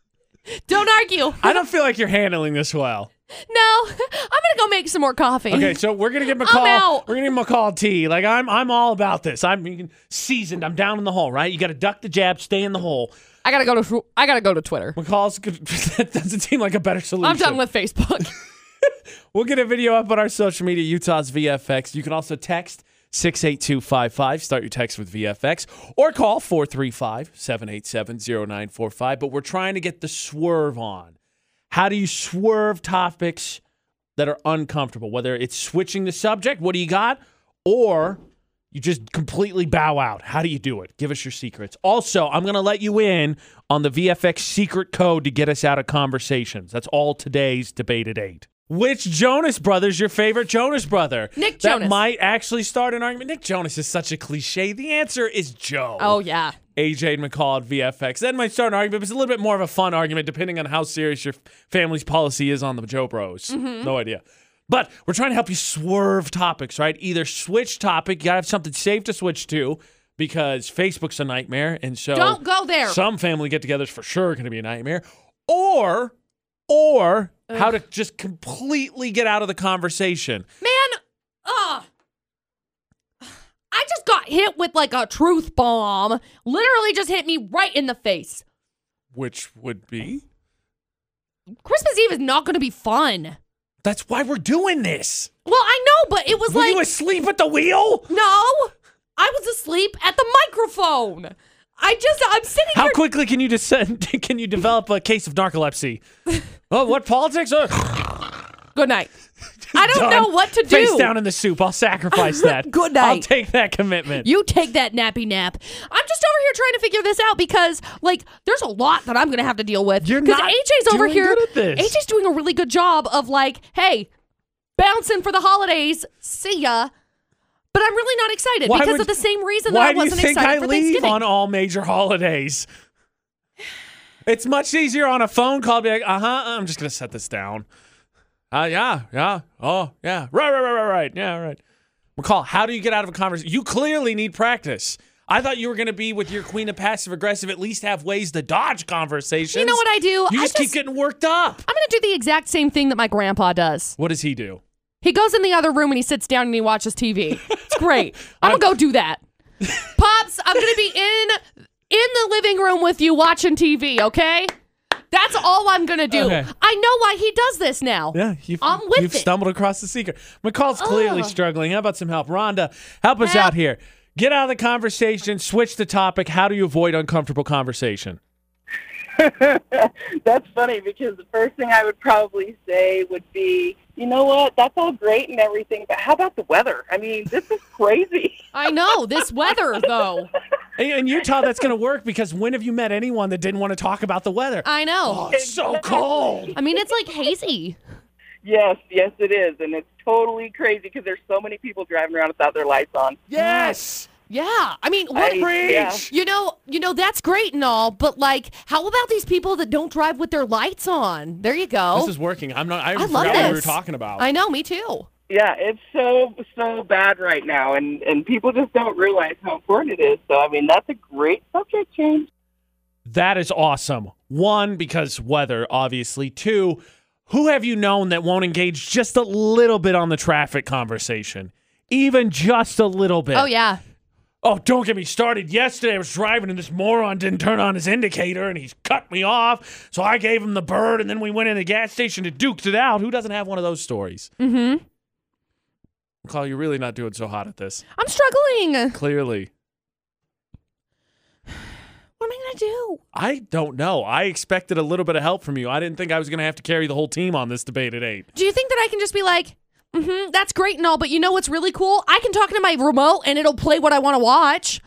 Don't argue.
I don't feel like you're handling this well.
No, I'm gonna go make some more coffee.
Okay, so we're gonna give McCall.
out.
We're gonna give McCall tea. Like I'm, I'm all about this. I'm seasoned. I'm down in the hole, right? You got to duck the jab, stay in the hole.
I gotta go to I gotta go to Twitter.
McCall's good. that doesn't seem like a better solution.
I'm done with Facebook.
We'll get a video up on our social media, Utah's VFX. You can also text 68255. Start your text with VFX or call 435 787 0945. But we're trying to get the swerve on. How do you swerve topics that are uncomfortable? Whether it's switching the subject, what do you got? Or you just completely bow out. How do you do it? Give us your secrets. Also, I'm going to let you in on the VFX secret code to get us out of conversations. That's all today's debate at 8. Which Jonas brother's your favorite Jonas brother?
Nick
That
Jonas.
might actually start an argument. Nick Jonas is such a cliche. The answer is Joe.
oh yeah.
AJ and McCall at VFX. That might start an argument, but it's a little bit more of a fun argument depending on how serious your family's policy is on the Joe Bros.
Mm-hmm.
No idea. But we're trying to help you swerve topics, right? Either switch topic, you gotta have something safe to switch to because Facebook's a nightmare. And so
Don't go there.
some family get togethers for sure are gonna be a nightmare. Or, or how to just completely get out of the conversation.
Man, uh I just got hit with like a truth bomb. Literally just hit me right in the face.
Which would be
Christmas Eve is not gonna be fun.
that's why we're doing this.
Well, I know, but it was
Were
like
you asleep at the wheel?
No! I was asleep at the microphone. I just I'm sitting
How
here
quickly can you descend, can you develop a case of narcolepsy? oh, what politics? Oh,
Good night. I don't
Done.
know what to
Face
do.
down in the soup. I'll sacrifice that.
Good
I'll
night.
take that commitment.
You take that nappy nap. I'm just over here trying to figure this out because, like, there's a lot that I'm going to have to deal with.
You're
Because
not
AJ's over
doing
here.
good at this.
AJ's doing a really good job of, like, hey, bouncing for the holidays. See ya. But I'm really not excited
Why
because
would-
of the same reason that
Why
I
do you
wasn't
think
excited
I
for
leave
Thanksgiving.
on all major holidays? It's much easier on a phone call. to Be like, uh huh. I'm just gonna set this down. Uh, yeah, yeah. Oh, yeah. Right, right, right, right, right. Yeah, right. McCall, how do you get out of a conversation? You clearly need practice. I thought you were gonna be with your queen of passive aggressive. At least have ways to dodge conversations.
you know what I do?
You
I
just, keep getting worked up.
I'm going to do the exact same thing that my grandpa does.
What does he do?
He goes in the other room and he sits down and he watches TV. It's great. I'm going to go do that. Pops, I'm going to be in in the living room with you watching TV, okay? That's all I'm going to do.
Okay.
I know why he does this now.
Yeah, you've,
I'm with
you've
it. Oh.
stumbled across the secret. McCall's clearly struggling. How about some help? Rhonda, help us out here. Get out of the conversation, switch the topic. How do you avoid uncomfortable conversation?
That's funny because the first thing I would probably say would be, you know what, that's all great and everything, but how about the weather? I mean, this is crazy.
I know this weather though.
In in Utah, that's going to work because when have you met anyone that didn't want to talk about the weather?
I know.
Oh, it's so cold.
I mean, it's like hazy.
Yes, yes, it is. And it's totally crazy because there's so many people driving around without their lights on.
Yes.
Yeah. I mean, what
I- yeah.
You know, you know that's great and all, but like how about these people that don't drive with their lights on? There you go.
This is working. I'm not. I,
I
forgot
love
what we were
this.
talking about.
I know, me too.
Yeah, it's so so bad right now, and and people just don't realize how important it is. So I mean, that's a great subject change.
That is awesome. One, because weather, obviously. Two, who have you known that won't engage just a little bit on the traffic conversation? Even just a little bit.
Oh yeah.
Oh, don't get me started. Yesterday I was driving and this moron didn't turn on his indicator and he's cut me off. So I gave him the bird and then we went in the gas station to duke it out. Who doesn't have one of those stories?
Mhm.
McCall, you're really not doing so hot at this.
I'm struggling.
Clearly.
What am I gonna do?
I don't know. I expected a little bit of help from you. I didn't think I was going to have to carry the whole team on this debate at eight.
Do you think that I can just be like, mm-hmm, that's great and all, but you know what's really cool? I can talk to my remote and it'll play what I want to watch.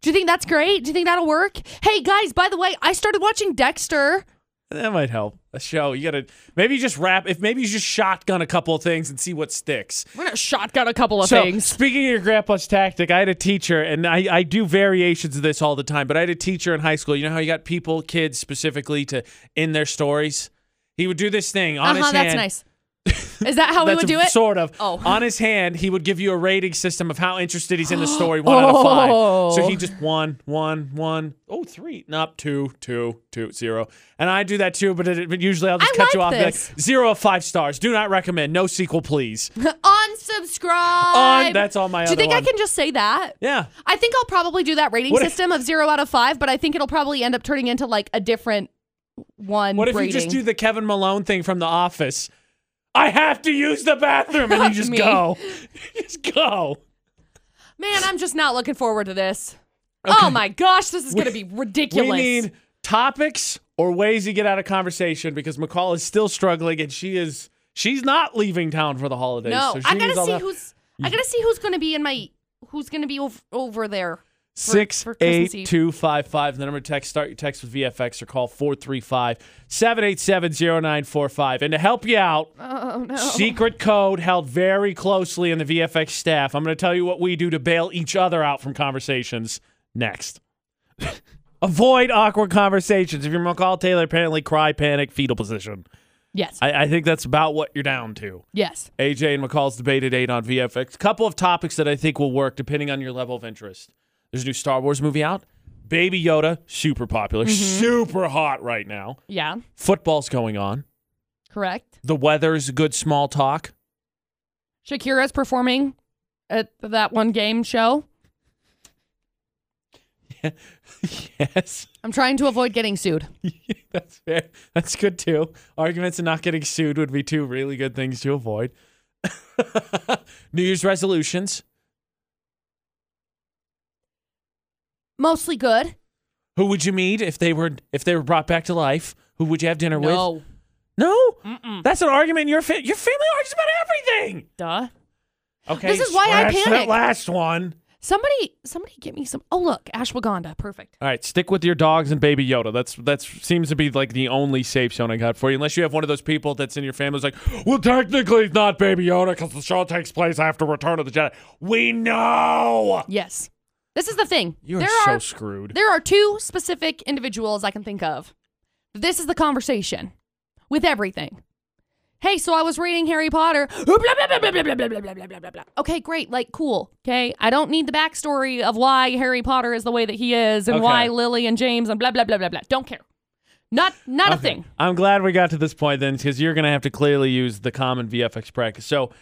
Do you think that's great? Do you think that'll work? Hey guys, by the way, I started watching Dexter.
That might help. A show. You gotta maybe you just wrap if maybe you just shotgun a couple of things and see what sticks.
We're gonna shotgun a couple of
so
things.
speaking of your grandpa's tactic, I had a teacher and I, I do variations of this all the time, but I had a teacher in high school. You know how you got people, kids specifically, to end their stories? He would do this thing on
Uh
his
huh.
hand.
That's nice. Is that how we
That's
would
a-
do it?
Sort of.
Oh.
On his hand, he would give you a rating system of how interested he's in the story, One out of
Oh.
five. So he just one, one, one, oh, three, nope, two, two, two, zero. And I do that too, but, it, but usually I'll just
I
cut you
like
off. and be
this.
Like, zero of five stars. Do not recommend. No sequel, please.
Unsubscribe.
On- that's on my
Do you
other
think I
one.
can just say that?
Yeah.
I think I'll probably do that rating
What if-
system of zero out of five, but I think it'll probably end up turning into like a different one.
What if
rating.
you just do the Kevin Malone thing from The Office? I have to use the bathroom, and you just
Me.
go. You just go.
Man, I'm just not looking forward to this. Oh my gosh, this is going to be ridiculous.
We need topics or ways you get out of conversation because McCall is still struggling, and she is she's not leaving town for the holidays.
no,
so she
I
needs
gotta
all
see
that.
who's I gotta see who's going to be in my who's going to be over, over there.
Six
for Christmas
eight
Eve.
two five five. The number to text. Start your text with VFX or call 435-787-0945. And to help you out,
Oh no.
secret code held very closely in the VFX staff. I'm going to tell you what we do to bail each other out from conversations next. Avoid awkward conversations. If you're McCall Taylor, apparently cry, panic, fetal position.
yes.
I, I think that's about what you're down to.
yes.
AJ and McCall's debate at 8 on VFX. Couple of topics that I think will work depending on your level of interest. There's a new Star Wars movie out. Baby Yoda, super popular, super hot right now.
Yeah.
Football's going on.
Correct.
The weather's good small talk.
Shakira's performing at that one game show.
yes.
I'm trying to avoid getting sued.
That's fair. That's good too. Arguments of not getting sued would be two really good things to avoid. New Year's resolutions.
Mostly good.
Who would you meet if they were if they were brought back to life? Who would you have dinner with? No, that's an argument. in Your fa- your family argues about everything.
Duh.
Okay,
This is why I
scratch That
panic.
last one.
Somebody, somebody, get me some. Oh look, ashwagandha. Perfect.
All right, stick with your dogs and Baby Yoda. That's that seems to be like the only safe zone I got for you, unless you have one of those people that's in your family who's like, well, technically it's not Baby Yoda because the show takes place after Return of the Jedi. We know
Yes. This is the thing.
you are
there
so
are
screwed.
there are two specific individuals I can think of. This is the conversation with everything. Hey, so I was reading Harry Potter. Blah, blah, blah, blah, blah, blah, blah, blah, blah, blah, blah, blah, blah. Okay, great. Like, cool. Okay. I don't need the backstory of why Harry Potter is the way that he is and
Okay.
why Lily and James and blah, blah, blah, blah, blah. Don't care. Not not a
Okay.
thing.
I'm glad we got to this point then, because you're going to have to clearly use the common VFX practice. So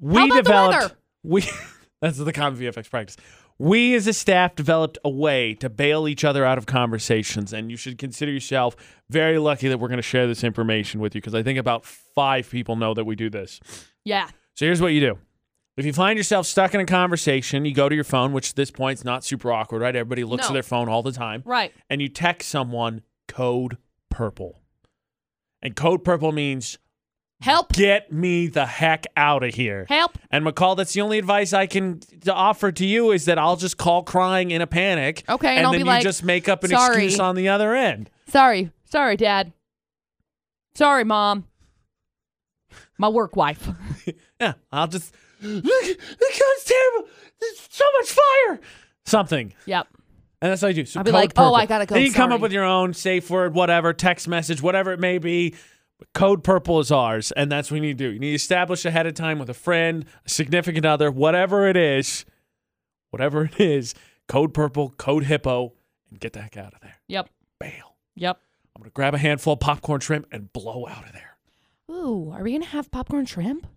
we
How about the
developed
weather?
we that's the common VFX practice. We as a staff developed a way to bail each other out of conversations, and you should consider yourself very lucky that we're going to share this information with you because I think about five people know that we do this.
Yeah.
So here's what you do. If you find yourself stuck in a conversation, you go to your phone, which at this point is not super awkward, right? Everybody looks
No.
at their phone all the time
Right.
and you text someone code purple. And code purple means
Help.
get me the heck out of here.
Help.
And McCall, that's the only advice I can to offer to you is that I'll just call crying in a panic.
Okay, and
and
I'll
then
be
you
like,
just make up an
"Sorry."
excuse on the other end.
Sorry. Sorry, Dad. Sorry, Mom. My work wife.
Yeah, I'll just look, look, that's terrible. There's so much fire. Something.
Yep.
And that's how you do. So
I'll be
code
like, "Oh,
purple."
I gotta go,
Then you come up
sorry.
with your own safe word, whatever, text message, whatever it may be. But code purple is ours, and that's what you need to do. You need to establish ahead of time with a friend, a significant other, whatever it is, whatever it is. Code purple, code hippo, and get the heck out of there.
Yep.
Bail.
Yep.
I'm gonna grab a handful of popcorn shrimp and blow out of there.
Ooh, are we gonna have popcorn shrimp?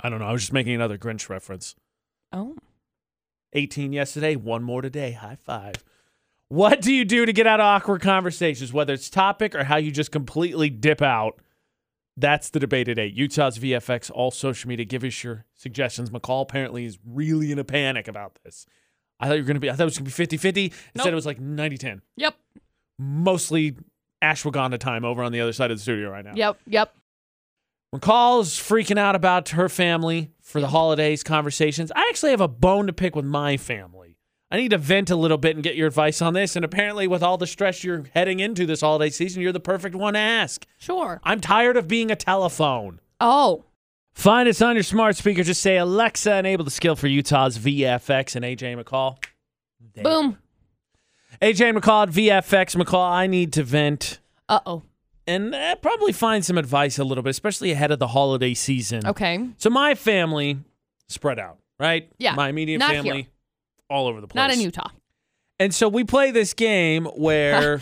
I don't know. I was just making another Grinch reference.
Oh.
18 yesterday, one more today. High five. What do you do to get out of awkward conversations, whether it's topic or how you just completely dip out? That's the debate today. Utah's VFX, all social media. Give us your suggestions. McCall apparently is really in a panic about this. I thought you were going to be, I thought it was going to be 50 50. Instead,
Nope.
it was like 90 10.
Yep.
Mostly ashwagandha time over on the other side of the studio right now.
Yep. Yep.
McCall's freaking out about her family for the holidays conversations. I actually have a bone to pick with my family. I need to vent a little bit and get your advice on this. And apparently, with all the stress you're heading into this holiday season, you're the perfect one to ask.
Sure.
I'm tired of being a telephone.
Oh.
Find us on your smart speaker. Just say Alexa, enable the skill for Utah's VFX and AJ McCall. There.
Boom.
AJ McCall at VFX. McCall, I need to vent
Uh oh.
and uh, probably find some advice a little bit, especially ahead of the holiday season.
Okay.
So my family spread out, right?
Yeah,
My immediate
not
family
here.
all over the place.
Not in Utah.
And so we play this game where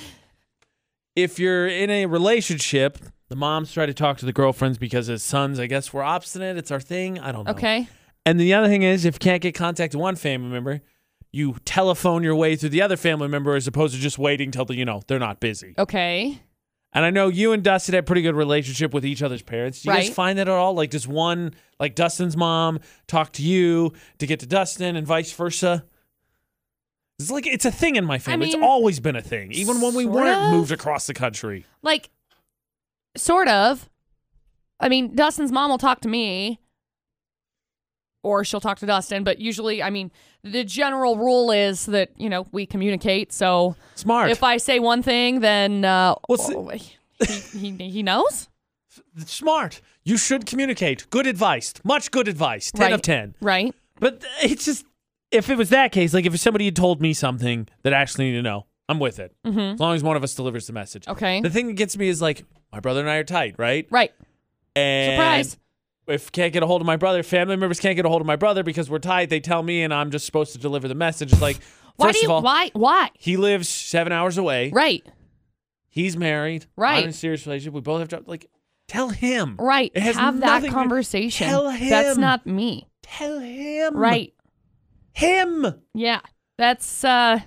if you're in a relationship, the moms try to talk to the girlfriends because as sons, I guess we're obstinate. It's our thing. I don't know.
Okay.
And the other thing is, if you can't get contact with one family member, you telephone your way through the other family member as opposed to just waiting till the, you know they're not busy.
Okay.
And I know you and Dustin had a pretty good relationship with each other's parents. Do you guys
Right.
find that at all? Like, does one, like Dustin's mom, talk to you to get to Dustin and vice versa? It's like, it's a thing in my family.
mean,
it's always been a thing, even when we
sort
weren't
of.
moved across the country.
Like, sort of. I mean, Dustin's mom will talk to me, or she'll talk to Dustin. But usually, I mean, the general rule is that you know we communicate. So
Smart.
if I say one thing, then uh,
Well, see-
oh, he, he he knows.
Smart. You should communicate. Good advice. Much good advice. 10 of
Right.
10.
Right.
But it's just, if it was that case, like if somebody had told me something that I actually need to know, I'm with it. As long as one of us delivers the message.
Mm-hmm. Okay.
The thing that gets me is like, my brother and I are tight, right?
Right.
And
Surprise.
If can't get a hold of my brother, family members can't get a hold of my brother because we're tied. They tell me, and I'm just supposed to deliver the message. It's Like,
Why
first
do you?
of all,
why? Why?
he lives seven hours away.
Right.
He's married.
Right.
I'm in a serious relationship. We both have jobs. Like, tell him.
Right.
It has
Have
nothing
that
to-
conversation.
Tell
That's
him.
not me.
Tell him.
Right.
Him.
Yeah. That's uh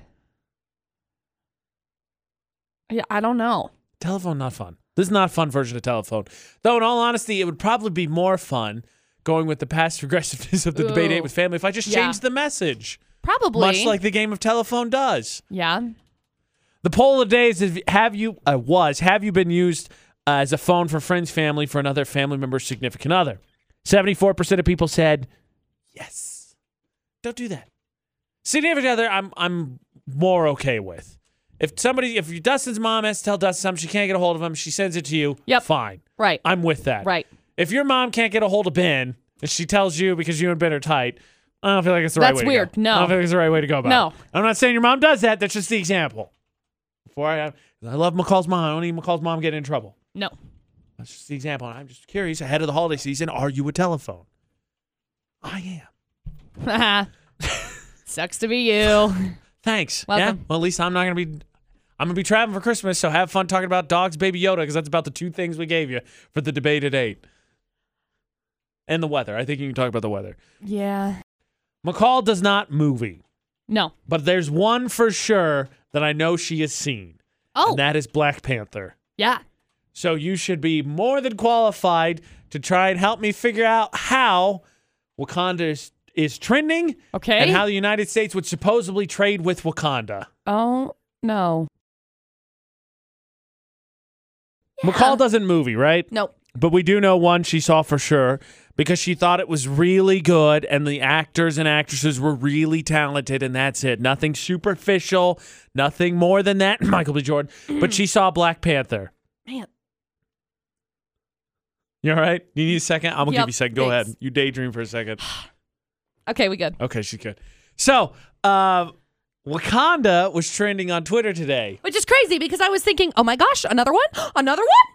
Yeah, I don't know.
Telephone not fun. This is not a fun version of telephone. Though, in all honesty, it would probably be more fun going with the past regressiveness of the debate
Ooh.
eight with family if I just
Yeah.
changed the message,
Probably.
much like the game of telephone does.
Yeah.
The poll of the days is have uh, you I was have you been used uh, as a phone for friends, family, for another family member, significant other. 74% of people said yes. Don't do that. Significant other, I'm I'm more okay with. If somebody, if your Dustin's mom has to tell Dustin something, she can't get a hold of him, she sends it to you.
Yep.
Fine.
Right.
I'm with that.
Right.
If your mom can't get a hold of Ben and she tells you because you and Ben are tight, I don't feel like it's the right
That's
way.
weird.
To go.
No.
I don't feel like it's the right way to go about
No.
it. I'm not saying your mom does that. That's just the example. Before I, I love McCall's mom. I don't need McCall's mom getting in trouble.
No.
That's just the example. And I'm just curious. Ahead of the holiday season, are you a telephone? I am.
Sucks to be you.
Thanks. Yeah.
Welcome.
Well, at least I'm not gonna be. I'm gonna be traveling for Christmas, so have fun talking about dogs, Baby Yoda, because that's about the two things we gave you for the debate at eight. And the weather. I think you can talk about the weather.
Yeah.
McCall does not movie,
No.
but there's one for sure that I know she has seen,
Oh.
and that is Black Panther.
yeah.
So you should be more than qualified to try and help me figure out how Wakanda is, is trending
Okay.
and how the United States would supposedly trade with Wakanda.
oh no.
McCall doesn't movie, right?
No.
But we do know one she saw for sure because she thought it was really good and the actors and actresses were really talented and that's it. Nothing superficial, nothing more than that, Michael B. Jordan. But she saw Black Panther.
Man.
You all right? You need a second? I'm going to
Yep,
give you a second. Go
thanks.
ahead. You daydream for a second.
Okay, we good.
Okay, she's good. So, uh, Wakanda was trending on Twitter today,
Which is crazy because I was thinking, oh my gosh, another one, another one.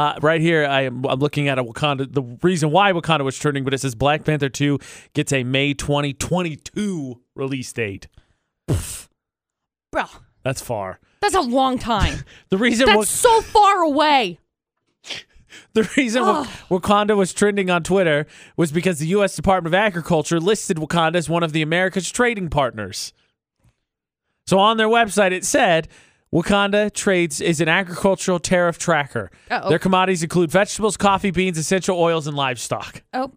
Uh, right here, I am, I'm looking at a Wakanda. The reason why Wakanda was trending, but it says Black Panther 2 gets a May 2022 release date.
Bro,
That's far.
that's a long time.
The reason
That's
Wa-
so far away.
the reason Wa- Wakanda was trending on Twitter was because the U.S. Department of Agriculture listed Wakanda as one of the America's trading partners. So on their website, it said Wakanda trades is an agricultural tariff tracker.
Uh-oh.
Their commodities include vegetables, coffee beans, essential oils, and livestock.
Oh.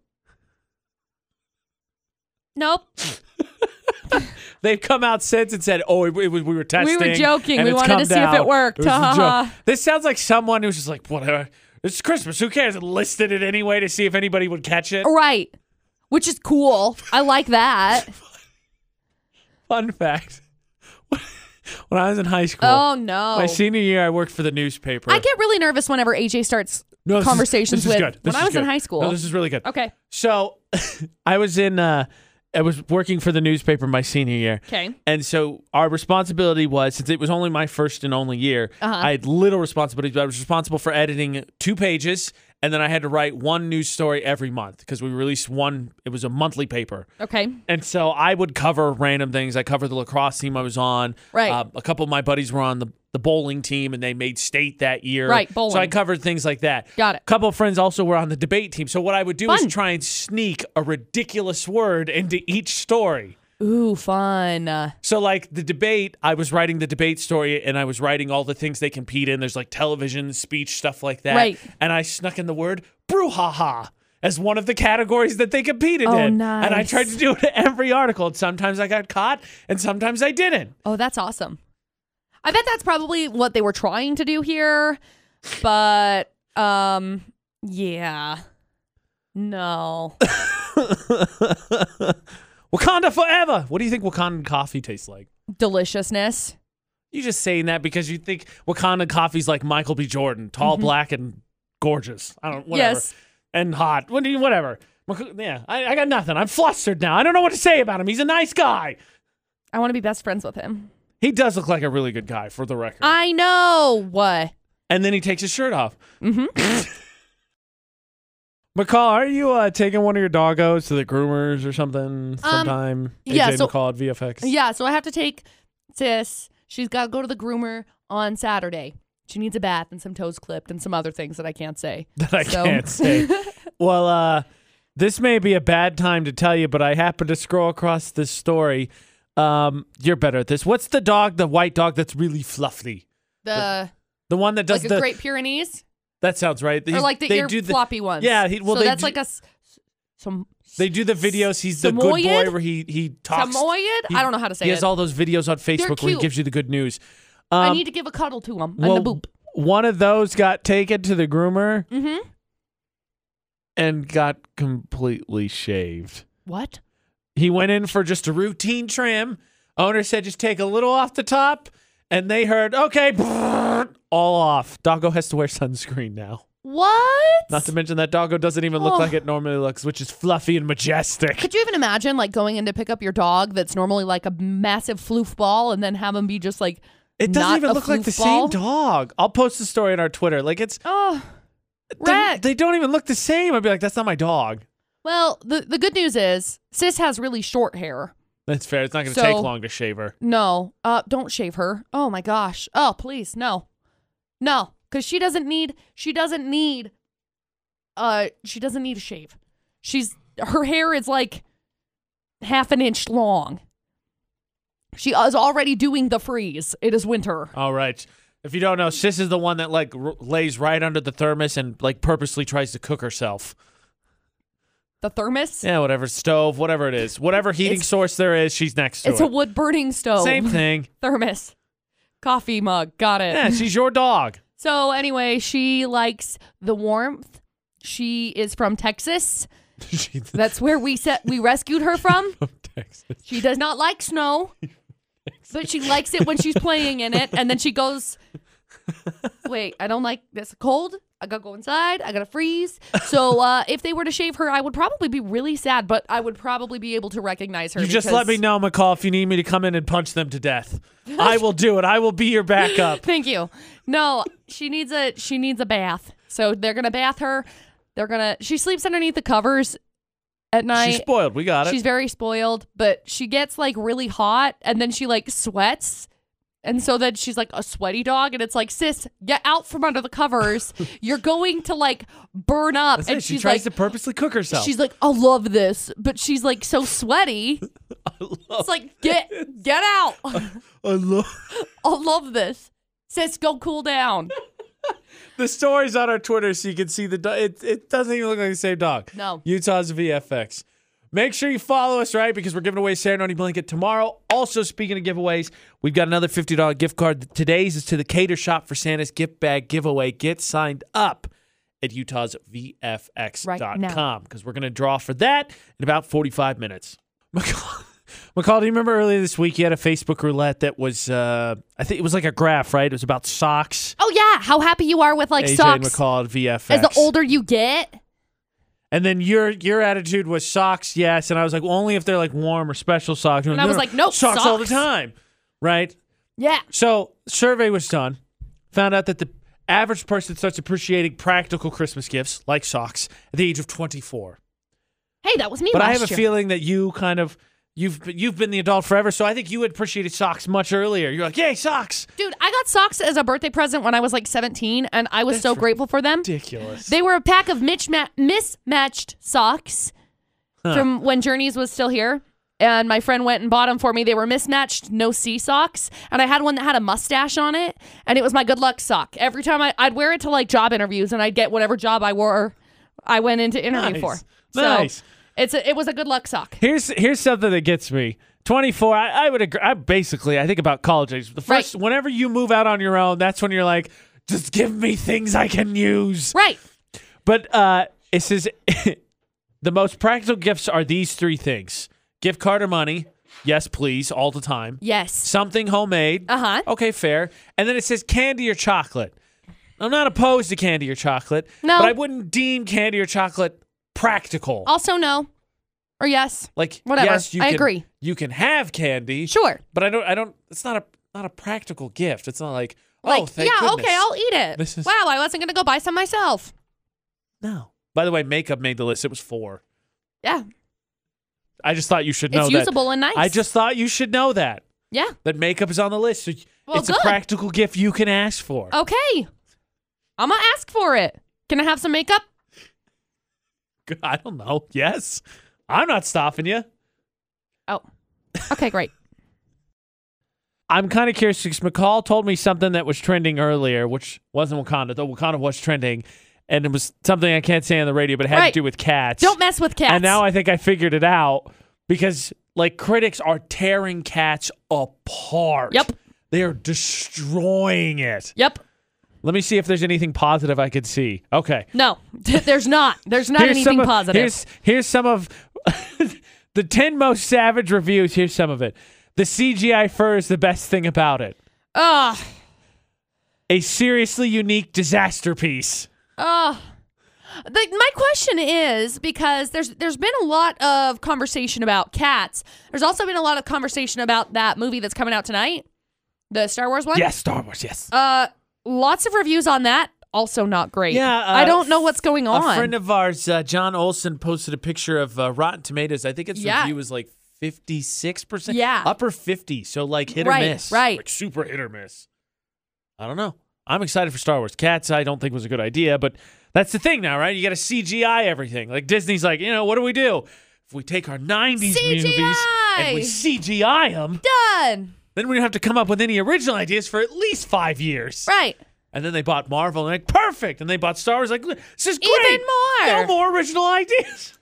Nope.
They've come out since and said, "Oh, it, it was we were testing.
joking.
and
We
it's
wanted
come
to see if it
down.
worked.
was a
Ha, ha,
joke."
ha.
This sounds like someone who's just like, whatever. It's Christmas. Who cares? And listed it anyway to see if anybody would catch it.
Right. Which is cool. I like that.
Fun fact: When I was in high school,
Oh no.
my senior year, I worked for the newspaper.
I get really nervous whenever AJ starts
No, this is-
conversations
this is
with
good. This
when I
is
was in
good.
high school.
No, this is really good.
okay.
So I was in uh I was working for the newspaper my senior year.
Okay.
And so our responsibility was since it was only my first and only year,
Uh-huh.
I had little responsibility, but I was responsible for editing two pages and then I had to write one news story every month because we released one it was a monthly paper.
Okay.
And so I would cover random things. I covered the lacrosse team I was on.
Right.
Uh, a couple of my buddies were on the, the bowling team and they made state that year.
Right, bowling.
So I covered things like that.
Got it.
A couple of friends also were on the debate team. So what I would do
Fun.
is try and sneak a ridiculous word into each story.
Ooh, fun. Uh,
So like the debate, I was writing the debate story and I was writing all the things they compete in. There's like television, speech, stuff like that.
Right.
And I snuck in the word brouhaha as one of the categories that they competed
Oh,
in. And I
nice.
tried to do it to every article. And sometimes I got caught and sometimes I didn't.
Oh, that's awesome. I bet that's probably what they were trying to do here, but um, yeah, no,
Wakanda forever. What do you think Wakandan coffee tastes like?
deliciousness.
You just saying that because you think Wakanda coffee's like Michael B. Jordan, tall, black, and gorgeous. I don't whatever.
Mm-hmm. Yes.
And hot. What do you whatever? Mc- Yeah, I, I got nothing. I'm flustered now. I don't know what to say about him. He's a nice guy.
I want to be best friends with him.
He does look like a really good guy, for the record.
I know what.
and then he takes his shirt off. Mm-hmm. McCall, are you uh, taking one of your doggos to the groomers or something sometime?
Um, yeah,
AJ
so-
McCall at VFX.
Yeah, so I have to take sis. She's got to go to the groomer on Saturday. She needs a bath and some toes clipped and some other things that I can't say.
that I
So-
can't say. well, uh, this may be a bad time to tell you, but I happened to scroll across this story. Um, you're better at this. What's the dog, the white dog that's really fluffy?
The
The one that does
like a
the
Great Pyrenees
that sounds right.
or
He's-
like the
they
ear
do the,
floppy ones.
Yeah, he- well,
so
they
that's
do-
like a s- some
They do the videos. He's the good boy
Samoyed?
where he he talks.
Samoyed?
He-
I don't know how to say
He
it.
has all those videos on Facebook where he
cute.
gives you the good news.
I
Um,
need to give a cuddle to him
well,
and the boop.
one of those got taken to the groomer
Mm-hmm.
and got completely shaved.
What?
He went in for just a routine trim. Owner said, just take a little off the top. And they heard, okay, all off. Doggo has to wear sunscreen now.
What?
Not to mention that doggo doesn't even look
Oh.
like it normally looks, which is fluffy and majestic.
Could you even imagine like going in to pick up your dog that's normally like a massive floof ball and then have him be just like
It doesn't
Not
even
a
look like the
floof ball?
same dog. I'll post the story on our Twitter. Like it's
oh
they,
Wreck.
they don't even look the same. I'd be like, that's not my dog.
well the the good news is sis has really short hair.
That's fair. It's not going to
So-
take long to shave her.
No. Uh don't shave her. Oh my gosh. Oh please no. No, cuz she doesn't need she doesn't need uh she doesn't need a shave. She's her hair is like half an inch long. She is already doing the freeze. It is winter.
All right. If you don't know, Sis is the one that like r- lays right under the thermos and like purposely tries to cook herself.
The thermos
Yeah, whatever stove, whatever it is, whatever heating
It's-
source there is, she's next to
It's
it.
a wood burning stove.
Same thing.
Thermos. Coffee mug. Got it.
Yeah, she's your dog.
So, anyway, she likes the warmth. She is from Texas.
She-
That's where we set we rescued her from.
Texas.
She does not like snow. But she likes it when she's playing in it and then she goes Wait, I don't like this cold. I gotta go inside. I gotta freeze. So uh, if they were to shave her, I would probably be really sad, but I would probably be able to recognize her.
You just
because-
let me know, McCall, if you need me to come in and punch them to death. I will do it. I will be your backup.
Thank you. No, she needs a she needs a bath. So they're gonna bath her. They're gonna she sleeps underneath the covers at night.
she's spoiled. We got it.
She's very spoiled, but she gets like really hot and then she like sweats. And so then she's like a sweaty dog, and it's like, sis, get out from under the covers. You're going to like burn up.
That's
and
it. She
she's
tries to
like,
purposely cook herself.
she's like, I love this, but she's like so sweaty. It's like, get get out.
I love
I love this. Sis, go cool down.
the stories on our Twitter so you can see the dog. It, it doesn't even look like the same dog.
No.
Utah's VFX. Make sure you follow us, right? Because we're giving away a ceremony blanket tomorrow. Also, speaking of giveaways, we've got another $50 gift card. Today's is to the Cater Shop for Santa's gift bag giveaway. Get signed up at Utah's VFX.com because we're going to draw for that in about 45 minutes. McCall, McCall, do you remember earlier this week you had a Facebook roulette that was, uh, I think it was like a graph, right? It was about socks.
Oh yeah, how happy you are with like
AJ
socks
McCall at VFX.
as the older you get.
and then your your attitude was socks, yes. And I was like, well, only if they're like warm or special socks.
And I was like, nope,
socks, all the
socks.
time, right?
Yeah.
So survey was done, found out that the average person starts appreciating practical Christmas gifts like socks at the age of twenty four.
Hey, that was me
But
last
I have a
year.
feeling that you kind of you've you've been the adult forever, so I think you appreciated socks much earlier. You're like, yay, socks!
Dude, I got socks as a birthday present when I was like 17 and I was so
That's
grateful for them.
Ridiculous.
They were a pack of misma- mismatched socks from when Journeys was still here. And my friend went and bought them for me. They were mismatched, no sea socks. And I had one that had a mustache on it. And it was my good luck sock. Every time I, I'd wear it to like job interviews and I'd get whatever job I wore, I went into interview
Nice.
for.
Nice.
It's a, it was a good luck sock.
Here's here's something that gets me. 24. I, I would agree. I basically I think about college age. The
Right.
first whenever you move out on your own, that's when you're like, just give me things I can use.
Right.
But uh, it says the most practical gifts are these three things: gift card or money. Yes, please, all the time.
Yes.
Something homemade.
Uh huh.
Okay, fair. And then it says candy or chocolate. I'm not opposed to candy or chocolate.
No.
But I wouldn't deem candy or chocolate practical.
Also, no. Or yes.
Like
Whatever.
Yes, you
I
can-
agree.
You can have candy,
Sure.
but I don't. I don't. It's not a not a practical gift. It's not like oh,
Like,
thank
yeah,
goodness.
okay, I'll eat it.
This is-
wow, I wasn't going to go buy some myself.
no. By the way, makeup made the list. It was four.
Yeah.
I just thought you should know
it's
that.
usable and nice.
I just thought you should know that
Yeah.
that makeup is on the list. So y-
Well,
it's
good. Oh.
a practical gift you can ask for.
Okay. I'm going to ask for it. Can I have some makeup?
I don't know. Yes, I'm not stopping you.
Oh. Okay, great.
I'm kind of curious because McCall told me something that was trending earlier, which wasn't Wakanda, though Wakanda was trending, and it was something I can't say on the radio, but it had
Right.
to do with cats.
Don't mess with cats.
And now I think I figured it out because like critics are tearing cats apart.
Yep.
They are destroying it.
Yep.
Let me see if there's anything positive I could see. Okay.
No, there's not. There's not anything
some of,
positive.
Here's, here's some of the 10 most savage reviews. Here's some of it. The CGI fur is the best thing about it.
Ugh.
A seriously unique disaster piece.
Oh. The, my question is because there's there's been a lot of conversation about cats. There's also been a lot of conversation about that movie that's coming out tonight, the Star Wars one.
Yes, Star Wars, yes.
Uh, lots of reviews on that. Also not great.
Yeah, uh,
I don't know what's going on.
A friend of ours, uh, John Olson, posted a picture of uh, Rotten Tomatoes. I think its
Yeah.
review was like 56%.
Yeah.
Upper 50. So like hit
Right,
or miss.
right.
Like super hit or miss. I don't know. I'm excited for Star Wars. Cats, I don't think was a good idea, but that's the thing now, right? You got to CGI everything. Like Disney's like, you know, what do we do? If we take our 90s movies and we CGI them,
Done.
then we don't have to come up with any original ideas for at least five years.
Right.
And then they bought Marvel and like perfect. And they bought Star Wars like this is great.
Even more.
No more original ideas.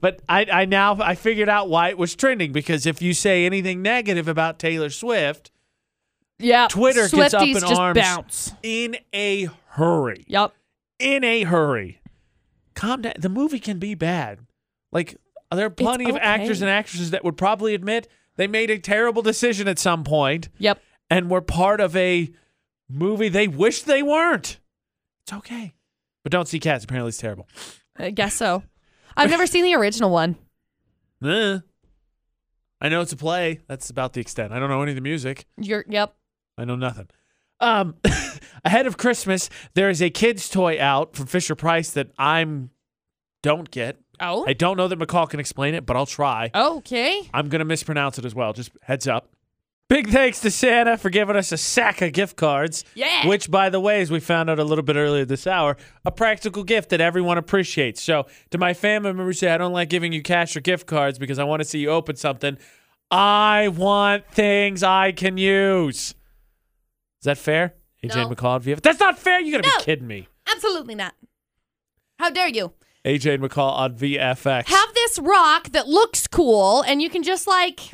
But I, I now I figured out why it was trending because if you say anything negative about Taylor Swift,
Yeah.
Twitter gets up
Swifties
in
just
arms.
bounce.
in a hurry,
Yep.
in a hurry, calm down. The movie can be bad. Like there are plenty of actors
okay.
and actresses that would probably admit they made a terrible decision at some point
Yep.
and were part of a movie they wish they weren't. It's okay. But don't see cats. Apparently, it's terrible.
I guess so. I've never seen the original one.
Eh. I know it's a play. That's about the extent. I don't know any of the music.
You're yep.
I know nothing. Um, ahead of Christmas, there is a kids' toy out from Fisher Price that I'm don't get.
Oh.
I don't know that McCall can explain it, but I'll try.
Okay.
I'm gonna mispronounce it as well. Just heads up. Big thanks to Santa for giving us a sack of gift cards.
Yeah.
Which, by the way, as we found out a little bit earlier this hour, a practical gift that everyone appreciates. So, to my family members, who say I don't like giving you cash or gift cards because I want to see you open something. I want things I can use. Is that fair? AJ
No.
McCall, McCall, that's not fair. You gotta
No.
be kidding me.
Absolutely not. How dare you?
AJ and McCall on VFX.
Have this rock that looks cool and you can just like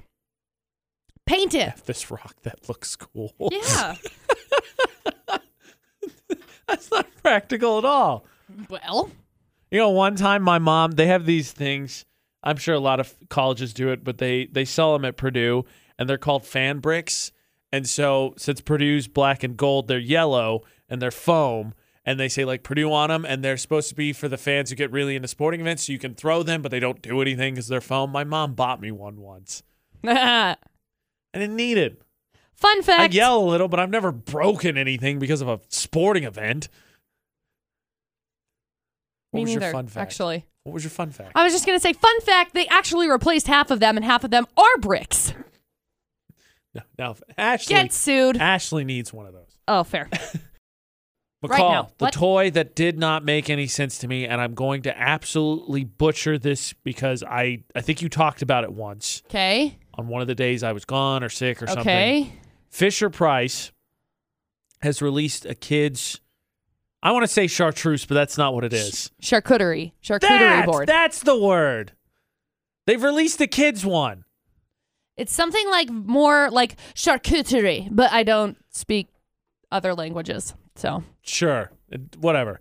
paint it.
this rock that looks cool.
Yeah.
that's not practical at all.
well,
You know, one time my mom, they have these things. I'm sure a lot of colleges do it, but they they sell them at Purdue and they're called fan bricks. And so since Purdue's black and gold, they're yellow and they're foam and they say like Purdue on them and they're supposed to be for the fans who get really into sporting events so you can throw them, but they don't do anything cuz they're foam. My mom bought me one once.
fun
I didn't need it. I
fact.
yell a little, but I've never broken anything because of a sporting event. What
Me
was
neither,
your fun fact?
actually.
What was your fun fact?
I was just going to say, fun fact, they actually replaced half of them and half of them are bricks.
No, now Ashley.
Get sued.
Ashley needs one of those.
Oh, fair.
McCall,
Right now,
the
what?
toy that did not make any sense to me, and I'm going to absolutely butcher this because I I think you talked about it once
Okay.
on one of the days I was gone or sick or something.
Okay.
Fisher Price has released a kids. I want to say chartreuse, but that's not what it is.
Charcuterie. Charcuterie
That,
board.
that's the word. They've released a kids one.
It's something like more like charcuterie, but I don't speak other languages. So
Sure, whatever.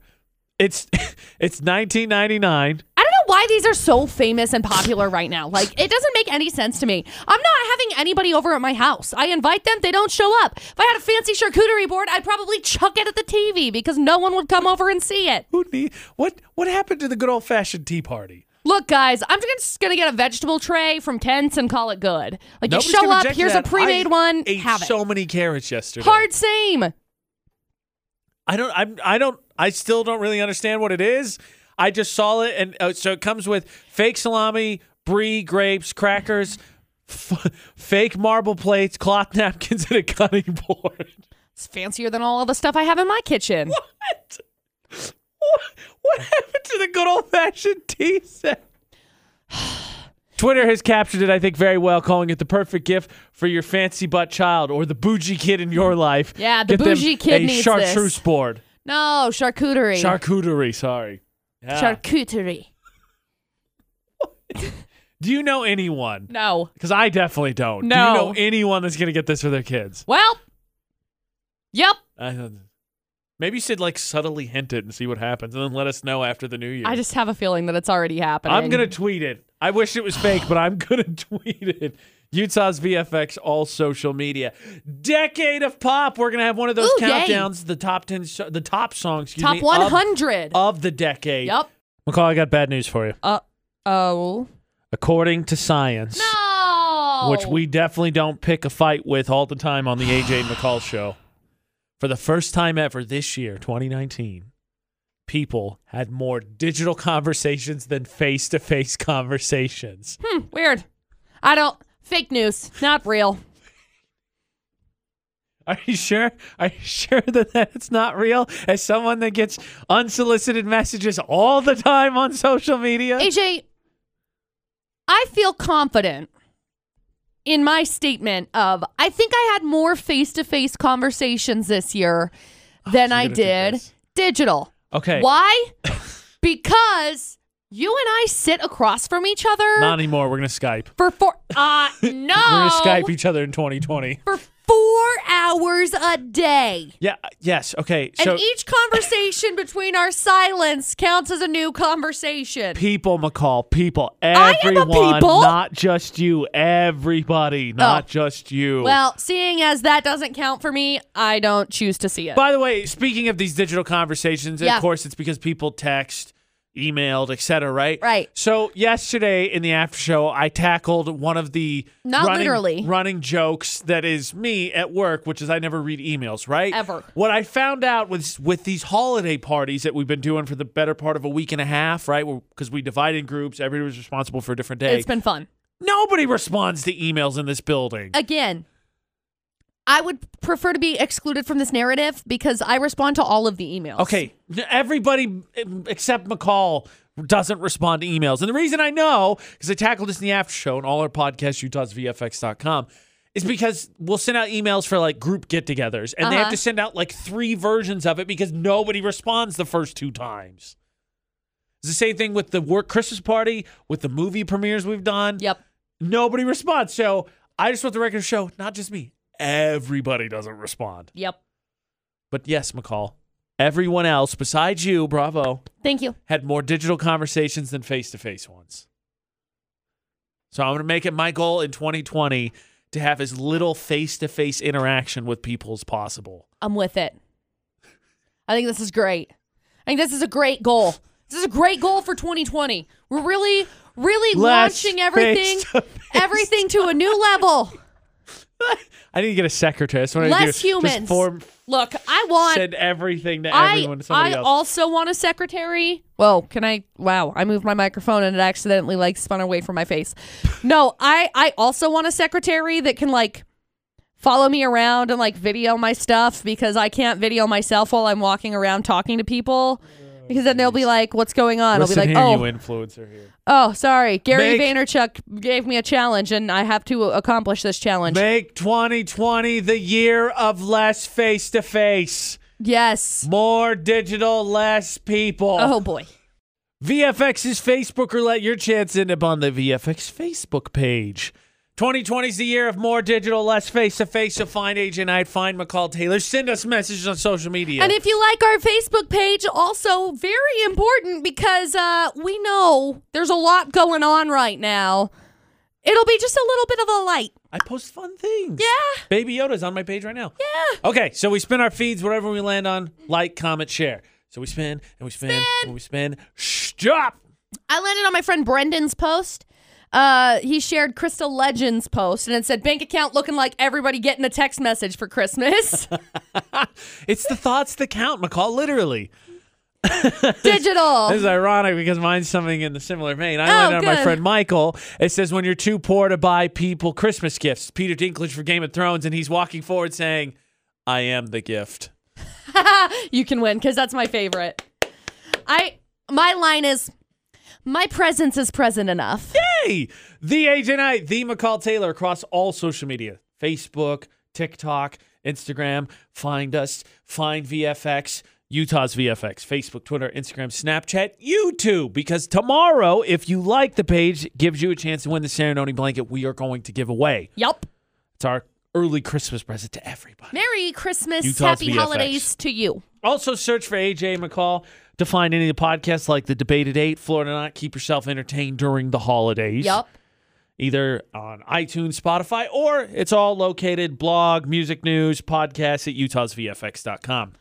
It's it's 1999.
I don't know why these are so famous and popular right now. Like, it doesn't make any sense to me. I'm not having anybody over at my house. I invite them, they don't show up. If I had a fancy charcuterie board, I'd probably chuck it at the TV because no one would come over and see it.
Who need what? What happened to the good old fashioned tea party?
Look, guys, I'm just gonna get a vegetable tray from Kent's and call it good. Like,
Nobody's
you show
gonna
up,
reject
here's
that.
a pre-made
I
one,
Ate
have
so
it.
many carrots yesterday.
Hard same.
I don't. I'm. I don't. I still don't really understand what it is. I just saw it, and uh, so it comes with fake salami, brie, grapes, crackers, f- fake marble plates, cloth napkins, and a cutting board.
It's fancier than all of the stuff I have in my kitchen.
What? What, what happened to the good old fashioned tea set? Twitter has captured it, I think, very well, calling it the perfect gift for your fancy butt child or the bougie kid in your life.
Yeah, the
Get them
bougie kid
a
needs
chartreuse
this.
board,
No, charcuterie.
charcuterie. Sorry. Yeah.
Charcuterie.
Do you know anyone?
No.
Because I definitely don't. Do
No.
you know anyone that's gonna get this for their kids?
Well, yep.
I thought- maybe you should like subtly hint it and see what happens, and then let us know after the new year.
I just have a feeling that it's already happening.
I'm gonna tweet it. I wish it was fake, but I'm gonna tweet it. Utah's VFX, all social media. Decade of pop. We're gonna have one of those
Ooh, yay.
countdowns. The top ten, so- the top songs, excuse
top
me,
one
of,
hundred.
of the decade.
Yep.
McCall, I got bad news for you.
Uh oh.
According to science,
No.
which we definitely don't pick a fight with all the time on the AJ McCall show. For the first time ever this year, 2019, people had more digital conversations than face to face conversations.
Hmm, weird. I don't. Fake news. Not real.
Are you sure? Are you sure that that's not real? As someone that gets unsolicited messages all the time on social media?
AJ, I feel confident in my statement of I think I had more face to face conversations this year than
Oh, so you're
I
gonna do
did
this.
digital.
okay.
Why? because you and I sit across from each other
Not anymore. We're going to Skype.
for four. Uh, no.
We're going to Skype each other in 2020.
for four hours a day.
Yeah. Yes. Okay. So
and e- each conversation between our silence counts as a new conversation.
people, McCall, people,
I am a
everyone,
people.
not just you, everybody, not
Oh.
just you.
Well, seeing as that doesn't count for me, I don't choose to see it.
By the way, speaking of these digital conversations,
Yeah.
of course, it's because people text, emailed, etc. Right?
Right.
So yesterday in the after show, I tackled one of the
Not
running,
literally.
running jokes that is me at work, which is I never read emails. Right?
Ever.
What I found out was with these holiday parties that we've been doing for the better part of a week and a half, right? Because we divide in groups, everybody was responsible for a different day.
it's been fun.
Nobody responds to emails in this building.
Again, I would prefer to be excluded from this narrative because I respond to all of the emails.
Okay, n- everybody um, except McCall doesn't respond to emails. And the reason I know, because I tackled this in the after show and all our podcasts, utahsvfx.com, is because we'll send out emails for like group get togethers and they have
Uh-huh.
to send out like three versions of it because nobody responds the first two times. It's the same thing with the work Christmas party, with the movie premieres we've done.
Yep.
Nobody responds. So I just want the record to show, not just me, everybody doesn't respond.
Yep.
But yes, McCall, everyone else besides you, bravo,
Thank you.
had more digital conversations than face to face ones. So I'm going to make it my goal in 2020 to have as little face to face interaction with people as possible.
I'm with it. I think this is great. I think this is a great goal. This is a great goal for 2020. We're really, really
Less
launching everything,
face-to-face.
everything to a new level.
I need to get a secretary. That's what I need
Less
to do. Just
humans.
form,
Look, I want
send everything to everyone.
I,
to somebody
I
else.
also want a secretary. Whoa, can I? Wow, I moved my microphone and it accidentally like spun away from my face. No, I I also want a secretary that can like follow me around and like video my stuff because I can't video myself while I'm walking around talking to people because then they'll be like, "What's going on?"
Listen
I'll be
here,
like, "Oh,
you influencer here.
oh, sorry, Gary
Make-
Vaynerchuk gave me a challenge and I have to accomplish this challenge."
Make 2020 the year of less face to face,
yes.
more digital, less people.
Oh boy.
VFX's Facebook roulette. Your chance end up on the VFX Facebook page. 2020 is the year of more digital, less face to face. So find agent I'd find McCall Taylor. Send us messages on social media.
And if you like our Facebook page, also very important because uh, we know there's a lot going on right now. It'll be just a little bit of a light. Ah.
I post fun things.
Yeah.
Baby Yoda's on my page right now. Yeah. Okay, so we spin our feeds, whatever we land on, like, comment, share. So we spin and we spin, and we spin. Stop.
I landed on my friend Brendan's post. Uh, he shared Crystal Legends post and it said bank account looking like everybody getting a text message for Christmas.
It's the thoughts that count, McCall, literally. This
Digital.
is ironic because mine's something in the similar vein. I
Oh,
learned out of my
good.
friend Michael. It says when you're too poor to buy people Christmas gifts. Peter Dinklage for Game of Thrones, and he's walking forward saying, "I am the gift."
you can win because that's my favorite. I my line is my presence is present enough.
Hey, the agent I, the McCall Taylor across all social media: Facebook, TikTok, Instagram. Find us. Find VFX. Utah's VFX, Facebook, Twitter, Instagram, Snapchat, YouTube. Because tomorrow, if you like the page, gives you a chance to win the Serenoni blanket we are going to give away.
Yup.
It's our early Christmas present to everybody.
Merry Christmas.
Utah's
happy
VFX.
holidays to you.
Also, search for AJ McCall to find any of the podcasts like The Debated Eight, Florida Not, Keep Yourself Entertained During the Holidays.
Yup.
Either on iTunes, Spotify, or it's all located blog, music news, podcasts at utahsvfx.com.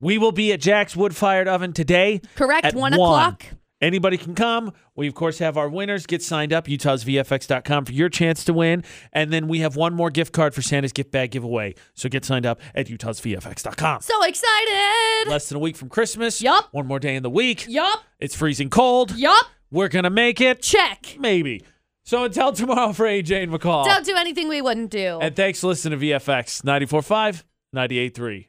We will be at Jack's Wood Fired Oven today.
Correct.
At
One o'clock.
Anybody can come. We, of course, have our winners get signed up, utahsvfx.com for your chance to win. And then we have one more gift card for Santa's gift bag giveaway. So get signed up at utahsvfx.com.
So excited.
Less than a week from Christmas.
Yup.
One more day in the week.
Yup.
It's freezing cold.
Yup.
We're going to make it.
Check.
Maybe. So until tomorrow for AJ and McCall.
Don't do anything we wouldn't do.
and thanks for listening to VFX 94.5, 98.3.